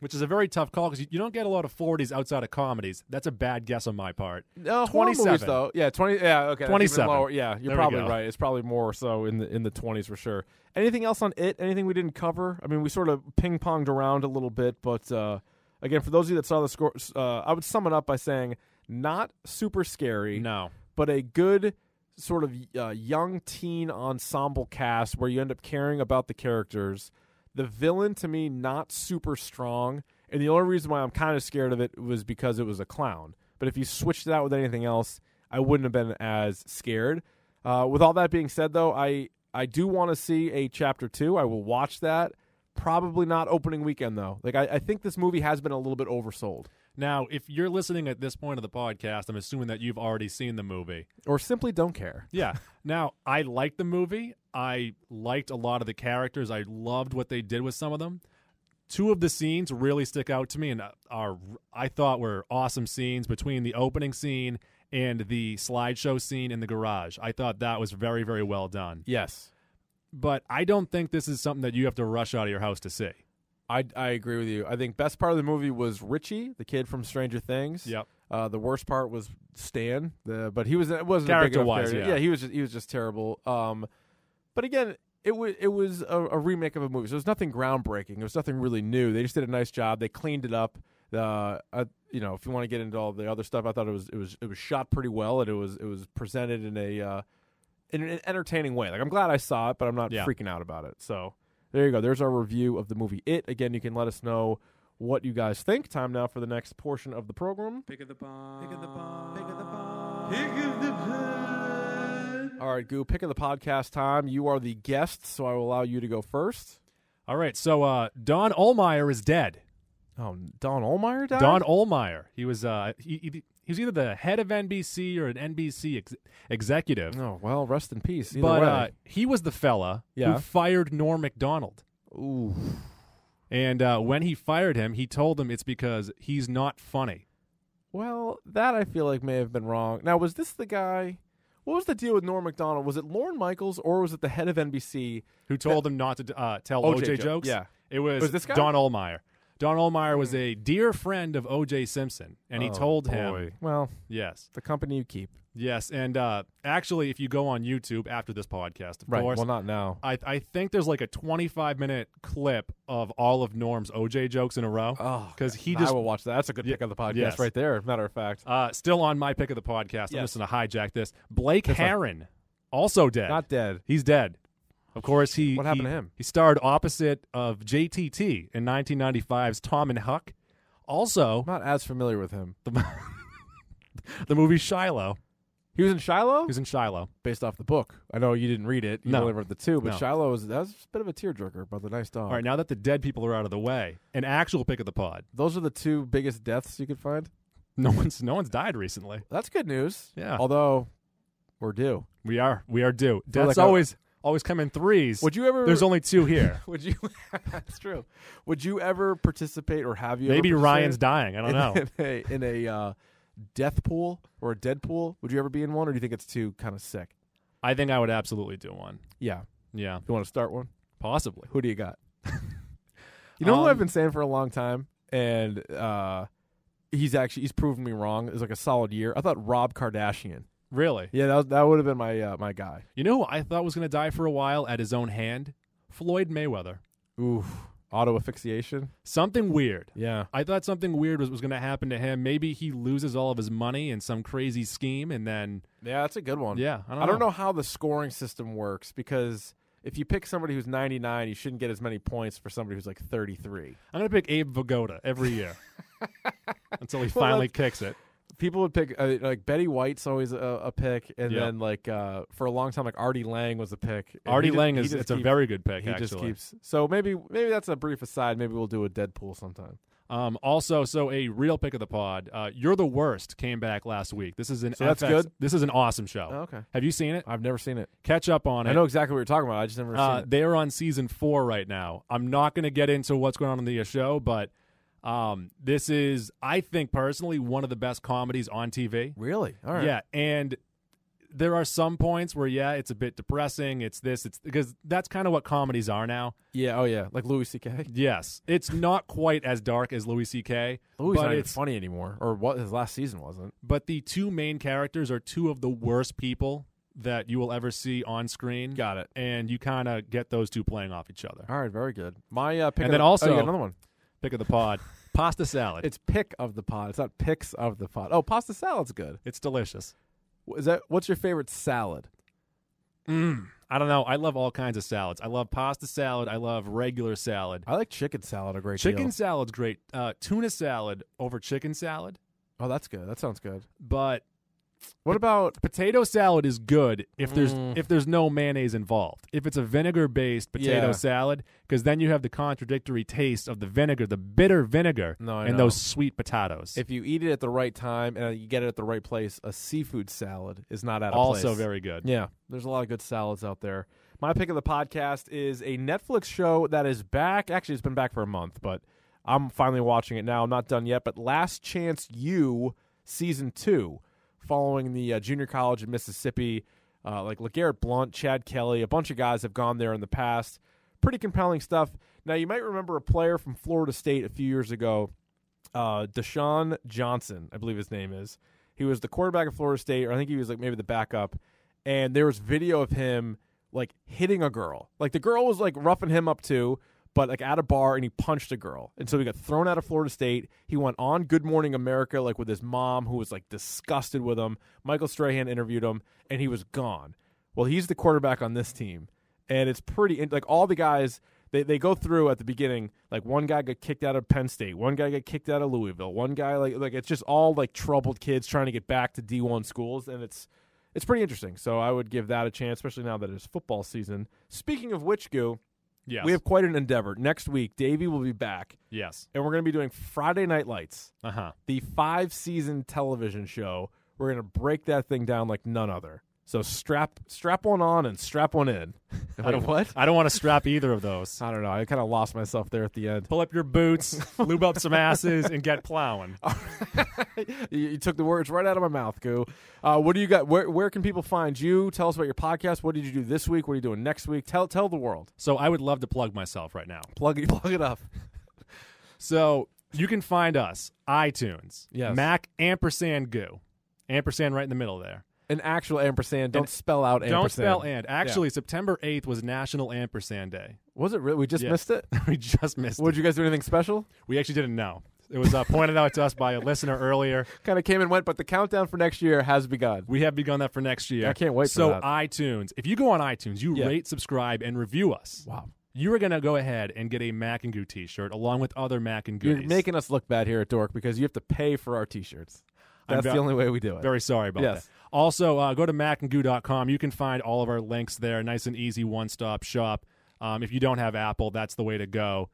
which is a very tough call because you, you don't get a lot of forties outside of comedies. That's a bad guess on my part.
No, horror movies,
27.
though. Yeah, twenty. Yeah, okay. that's even
27.
lower. Yeah,
Uh, There
you're
we
probably
go.
right. It's probably more so in the in the twenties for sure. Anything else on it? Anything we didn't cover? I mean, we sort of ping ponged around a little bit, but uh, again, for those of you that saw the score, uh, I would sum it up by saying not super scary,
No,
but a good sort of uh, young teen ensemble cast where you end up caring about the characters. The villain to me not super strong, and the only reason why I'm kind of scared of it was because it was a clown. But if you switched it out with anything else, I wouldn't have been as scared. Uh, with all that being said, though, I I do want to see a chapter two. I will watch that. Probably not opening weekend though. Like I, I think this movie has been a little bit oversold,
Now, if you're listening at this point of the podcast, I'm assuming that you've already seen the movie.
or simply don't care.
Yeah. now, I liked the movie. I liked a lot of the characters. I loved what they did with some of them. Two of the scenes really stick out to me and uh, are I thought were awesome scenes between the opening scene and the slideshow scene in the garage. I thought that was very very well done.
Yes,
But I don't think this is something that you have to rush out of your house to see.
I, I agree with you. I think best part of the movie was Richie, the kid from Stranger Things.
Yep.
Uh, the worst part was Stan, the, but he was it wasn't
Character-wise,
A big enough
yeah.
yeah, he was just, he was just terrible. Um, but again, it was it was a, a remake of a movie, so it was nothing groundbreaking. It was nothing really new. They just did a nice job. They cleaned it up. Uh, uh, you know, if you want to get into all the other stuff, I thought it was it was it was shot pretty well, and it was it was presented in a uh, in an entertaining way. Like I'm glad I saw it, but I'm not
Yeah.
freaking out about it. So there you go. There's our review of the movie It. Again, you can let us know what you guys think. Time now for the next portion of the program.
Pick of the bomb. Pick of the bomb. Pick of the bomb. Pick of the bomb.
All right, Goo, pick of the podcast time. You are the guest, so I will allow you to go first.
All right, so uh, Don Olmeyer is dead.
Oh, Don Olmeyer died.
Don Olmeyer. He was uh, he, he, he was either the head of NBC or an NBC ex- executive.
Oh well, rest in peace. Either
but
way.
uh, he was the fella
Yeah.
who fired Norm Macdonald.
Ooh.
And uh, when he fired him, he told him it's because he's not funny.
Well, that I feel like may have been wrong. Now, was this the guy? What was the deal with Norm Macdonald? Was it Lorne Michaels or was it the head of NBC?
Who told him not to d- uh, tell
OJ
OJ,
jokes.
jokes?
Yeah.
It was,
Was this guy? Hmm.
Don Olmeyer. Don Olmeyer was a dear friend of OJ Simpson, and
Oh,
he told him,
Well,
yes,
the company you keep.
yes. And uh, actually, if you go on YouTube after this podcast, of course,
Well, not now.
I, I think there's like a 25 minute clip of all of Norm's OJ jokes in a row.
Oh,
because he
I
just
will watch that. That's a good pick of the podcast
yes.
right there. Matter of fact,
uh, still on my pick of the podcast. I'm
Yes.
just gonna hijack this. Blake
That's fine.
Heron, also dead.
not dead.
He's dead. Of course, he.
What happened
he-
to him?
He starred opposite of JTT in 1995's Tom and Huck. Also,
I'm not as familiar with him.
the movie Shiloh.
He was in Shiloh,
He was in Shiloh.
based off the book. I know you didn't read it. You
No.
only read the two, but
No.
Shiloh was that was a bit of a tearjerker, but the nice dog.
All right, now that the dead people are out of the way, an actual pick of the pod.
Those are the two biggest deaths you could find.
No one's no one's died recently.
That's good news.
Yeah.
Although we're due.
We are we are due.
Feel
Deaths
like I-
always always come in threes.
Would you ever?
There's only two here.
Would you? that's true. Would you ever participate, or have you?
Maybe
ever
Ryan's
participated
dying. I don't know.
In a, in a uh, death pool or a dead pool? Would you ever be in one, or do you think it's too kind of sick?
I think I would absolutely do one.
Yeah.
Yeah,
You want to start one?
possibly.
Who do you got? you know who I've
Um,
been saying for a long time, and uh, he's actually he's proven me wrong. It was like a solid year. I thought Rob Kardashian.
Really?
Yeah, that, was- that would have been my uh, my guy.
You know who I thought was going to die for a while at his own hand? Floyd Mayweather.
Oof, auto asphyxiation.
Something weird.
Yeah,
I thought something weird was, was going to happen to him. Maybe he loses all of his money in some crazy scheme, and then
yeah, that's a good one.
yeah, I don't,
I don't know how the scoring system works because if you pick somebody who's 99, you shouldn't get as many points for somebody who's like 33.
I'm going to pick Abe Vigoda every year until he finally kicks it.
People would pick uh, like Betty White's always a, a pick, and
Yeah.
then like uh, for a long time, like Artie Lang was a pick. And
Artie
he ju-
Lang
he
is
just
it's a
keeps-
very good pick.
he
actually.
just keeps. So maybe maybe that's a brief aside. Maybe we'll do a Deadpool sometime.
Um, also, so a real pick of the pod. Uh, You're the worst came back last week. This is an
So that's
FX
good?
This is an awesome show.
Oh, okay.
Have you seen it?
I've never seen it.
Catch up on it.
I know exactly what you're talking about. I just never
Uh,
seen it.
they are on season four right now. I'm not going to get into what's going on in the uh, show, but um, this is, I think personally, one of the best comedies on TV.
Really? All right.
Yeah, and there are some points where yeah, it's a bit depressing. It's this. It's because that's kind of what comedies are now.
Yeah. Oh yeah. Like Louis C.K.
Yes, it's not quite as dark as Louis C.K.
Louis
but
not even
it's
funny anymore, or what his last season wasn't.
but the two main characters are two of the worst people that you will ever see on screen.
Got it.
And you kind of get those two playing off each other.
All right, very good. My uh, pick
And
of
then
the,
also-
oh, you got another one.
Pick of the pod, pasta salad.
It's pick of the pod. It's not picks of the pod. Oh, pasta salad's good.
It's delicious.
Wh- Is that what's your favorite salad? Mm.
I don't know. I love all kinds of salads. I love pasta salad. I love regular salad.
I like chicken salad a great
Chicken
deal.
salad's great. Uh, tuna salad over chicken salad,
Oh, that's good. That sounds good.
but
What about
potato salad is good if there's
Mm.
if there's no mayonnaise involved. If it's a vinegar based potato
Yeah.
salad, because then you have the contradictory taste of the vinegar, the bitter vinegar,
No, I
and
know.
those sweet potatoes.
if you eat it at the right time and you get it at the right place? A seafood salad is not out of place.
also very good.
Yeah, there's a lot of good salads out there. My pick of the podcast is a Netflix show that is back. Actually, it's been back for a month, but I'm finally watching it now. I'm not done yet, but Last Chance U season two, following the uh, junior college in Mississippi, uh, like LeGarrette Blunt, Chad Kelly, a bunch of guys have gone there in the past. Pretty compelling stuff. Now you might remember a player from Florida State a few years ago uh, Deshaun Johnson, I believe his name is. He was the quarterback of Florida State, or I think he was like maybe the backup. And there was video of him like hitting a girl. Like the girl was like roughing him up too, but like at a bar, and he punched a girl. And so he got thrown out of Florida State. He went on Good Morning America like with his mom, who was like disgusted with him. Michael Strahan interviewed him, and he was gone. Well, he's the quarterback on this team and it's pretty and, like all the guys they, they go through at the beginning like one guy got kicked out of Penn State, one guy got kicked out of Louisville, one guy like like it's just all like troubled kids trying to get back to D1 schools and it's it's pretty interesting. So I would give that a chance especially now that it's football season. Speaking of which goo,
Yes.
we have quite an endeavor. Next week Davey will be back
yes.
and we're going to be doing Friday Night Lights,
Uh huh.
the 5 season television show. We're going to break that thing down like none other. So strap strap one on and strap one in. Out of what?
I don't want to strap either of those.
I don't know. I kind of lost myself there at the end.
Pull up your boots, lube up some asses, and get plowing.
you, you took the words right out of my mouth, Goo. Uh, what do you got? Where, where can people find you? Tell us about your podcast. What did you do this week? What are you doing next week? Tell tell the world.
So I would love to plug myself right now.
Plug it plug it up.
So you can find us iTunes,
Yes.
Mac ampersand goo, ampersand right in the middle there.
An actual ampersand. Don't
And-
spell out ampersand.
Don't spell and. Actually, September eighth was National Ampersand Day.
Was it really? We just
Yeah.
missed it.
we just missed.
Would
it.
you guys do anything special?
We actually didn't know. It was uh, pointed out to us by a listener earlier.
Kind of came and went, but the countdown for next year has begun.
We have begun that for next year.
I can't wait for
So
that.
iTunes, if you go on iTunes, you
Yeah.
rate, subscribe, and review us.
Wow.
You are going to go ahead and get a Mac and Goo T-shirt along with other Mac and Goodies.
You're making us look bad here at Dork because you have to pay for our T-shirts.
I'm
That's
ve-
the only way we do it.
Very sorry about
Yes.
that. Also, uh, go to macandgoo.com. You can find all of our links there. Nice and easy one-stop shop. Um, if you don't have Apple, that's the way to go.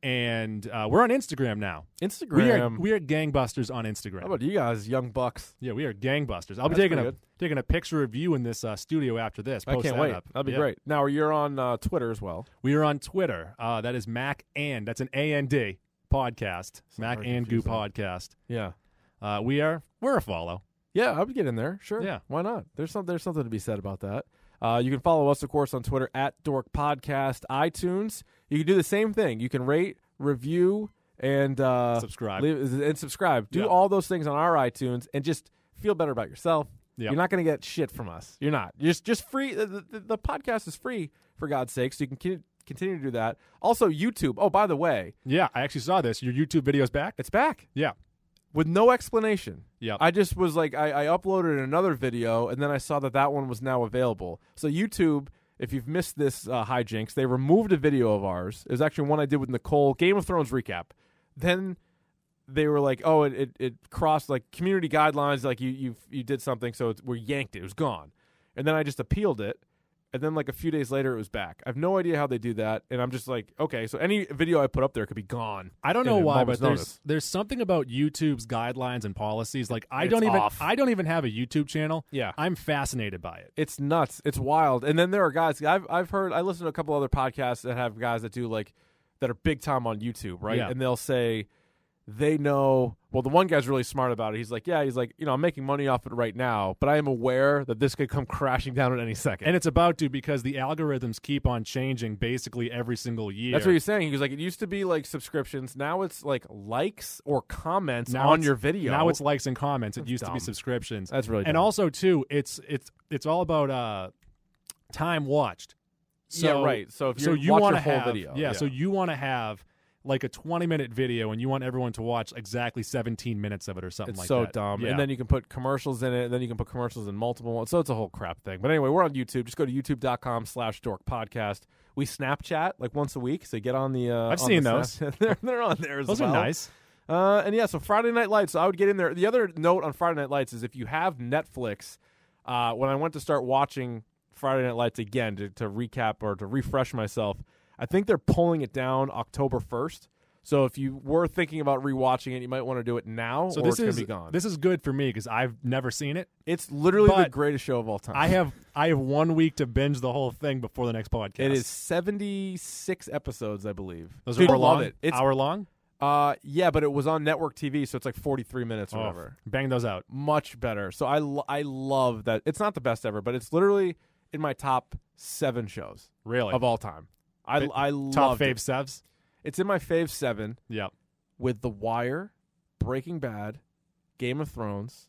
And uh, we're on Instagram now.
Instagram.
We are, we are gangbusters on Instagram.
How about you guys, young bucks?
Yeah, we are gangbusters. I'll be
That's
taking
pretty
a
good.
taking a picture of you in this uh, studio after this.
I
Post
can't
that
wait.
up.
That'd be
Yeah.
great. Now you're on uh, Twitter as well.
We are on Twitter. Uh, that is Mac and that's an A and D podcast. Mac
very
and Goo
confusing.
podcast.
Yeah.
Uh, we are we're a follow.
Yeah, I would get in there. Sure.
Yeah.
Why not? There's some, there's something to be said about that. Uh, you can follow us, of course, on Twitter at Dork Podcast, iTunes. You can do the same thing. You can rate, review, and uh,
Subscribe.
leave- and subscribe. Do
Yeah.
all those things on our iTunes, and just feel better about yourself.
Yeah.
You're not going to get shit from us. You're not. You're just just free. The, the, the podcast is free for God's sake, so you can con- continue to do that. Also, YouTube. Oh, by the way,
Yeah, I actually saw this. Your YouTube video's back.
it's back
Yeah,
with no explanation.
Yep.
I just was like, I, I uploaded another video, and then I saw that that one was now available. So YouTube, if you've missed this uh, hijinks, they removed a video of ours. It was actually one I did with Nicole, Game of Thrones recap. Then they were like, oh, it, it, it crossed like community guidelines. Like you you you did something, so it's, we yanked it. It was gone. And then I just appealed it. And then like a few days later, it was back. I have no idea how they do that. And I'm just like, okay, so any video I put up there could be gone.
I
in
don't know
a
why,
moment's
but there's
notice.
there's something about YouTube's guidelines and policies. Like I
It's
don't even
off.
I don't even have a YouTube channel.
Yeah.
I'm fascinated by it.
it's nuts. It's wild. And then there are guys I've I've heard I listen to a couple other podcasts that have guys that do like that are big time on YouTube, right?
Yeah.
And they'll say they know well the one guy's really smart about it. He's like, Yeah, he's like, you know, I'm making money off it right now, but I am aware that this could come crashing down at any second.
And it's about to because the algorithms keep on changing basically every single year.
that's what he's saying. He was like, it used to be like subscriptions. Now it's like likes or comments
now
on
it's-
your video.
Now it's likes and comments. It used to
dumb.
be subscriptions.
That's really
and
dumb.
also too, it's it's it's all about uh time watched. So,
Yeah, right. So if
so
you
you
watch
want
your
to
whole
have
video,
Yeah,
yeah.
so you want to have like a 20 minute video and you want everyone to watch exactly 17 minutes of it or something
It's
like
so
that.
dumb.
Yeah.
And then you can put commercials in it, and then you can put commercials in multiple ones. So it's a whole crap thing. But anyway, we're on YouTube. Just go to youtube.com slash dork podcast. We Snapchat like once a week. So get on the. Uh,
I've
on
seen
the
those.
Snapchat. they're, they're on there as
those
well.
are nice.
Uh, and yeah, so Friday Night Lights. So I would get in there. The other note on Friday Night Lights is if you have Netflix, uh, when I went to start watching Friday Night Lights again to, to recap or to refresh myself, I think they're pulling it down October 1st. So if you were thinking about rewatching it, you might want to do it now
So
or it's
this is
going to be gone.
this is good for me because I've never seen it.
It's literally the
But
greatest show of all time.
I have I have one week to binge the whole thing before the next podcast.
It is seventy six episodes, I believe.
Those
Dude,
are
I love
long.
It. It's
hour long.
uh, yeah, but it was on network TV, so it's like forty three minutes or whatever.
Oh, bang those out.
Much better. So I lo- I love that. It's not the best ever, but it's literally in my top seven shows
Really?
of all time. I
It-
I
top
love
fave
it.
sevs.
It's in my fave seven
Yep.
with The Wire, Breaking Bad, Game of Thrones,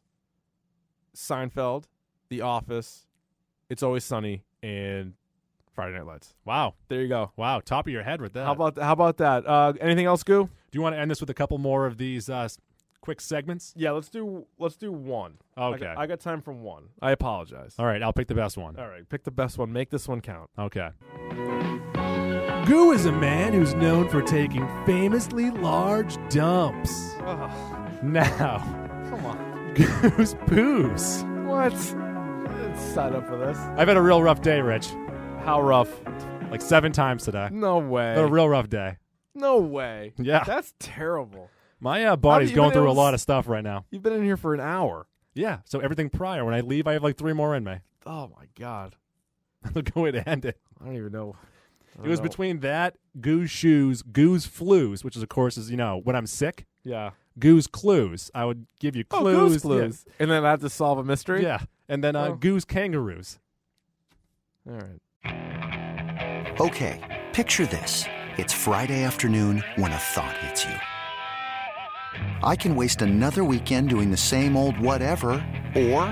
Seinfeld, The Office, It's Always Sunny, and Friday Night Lights.
Wow.
There you go.
Wow. Top of your head with that.
How about how about that? Uh, anything else, Goo?
Do you want to end this with a couple more of these uh, s- quick segments?
Yeah, let's do let's do one.
Okay.
I got, I got time from one. I apologize.
All right. I'll pick the best one.
All right, pick the best one. Make this one count.
Okay. Goo is a man who's known for taking famously large dumps. Now,
Come on.
Goo's poos.
What? Sign up for this.
I've had a real rough day, Rich.
How rough?
Like seven times today.
No way.
Had a real rough day.
no way.
Yeah.
That's terrible.
My uh, body's
How have you
going
been
through a
able to
lot
s-
of stuff right now.
You've been in here for an hour.
Yeah. So everything prior. When I leave, I have like three more in me.
Oh my god,
That's a good way to end it.
I don't even know. I
It
don't
was
know.
between that, Goose Shoes, Goose Flues, which is, of course, is, you know, when I'm sick,
yeah
Goose Clues. I would give you
clues,
clues.
Oh,
yeah.
clues, and then I have to solve a mystery.
Oh, Yeah. And then uh,
Oh.
Goose Kangaroos.
all right.
Okay, picture this. It's Friday afternoon when a thought hits you. I can waste another weekend doing the same old whatever, or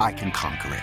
I can conquer it.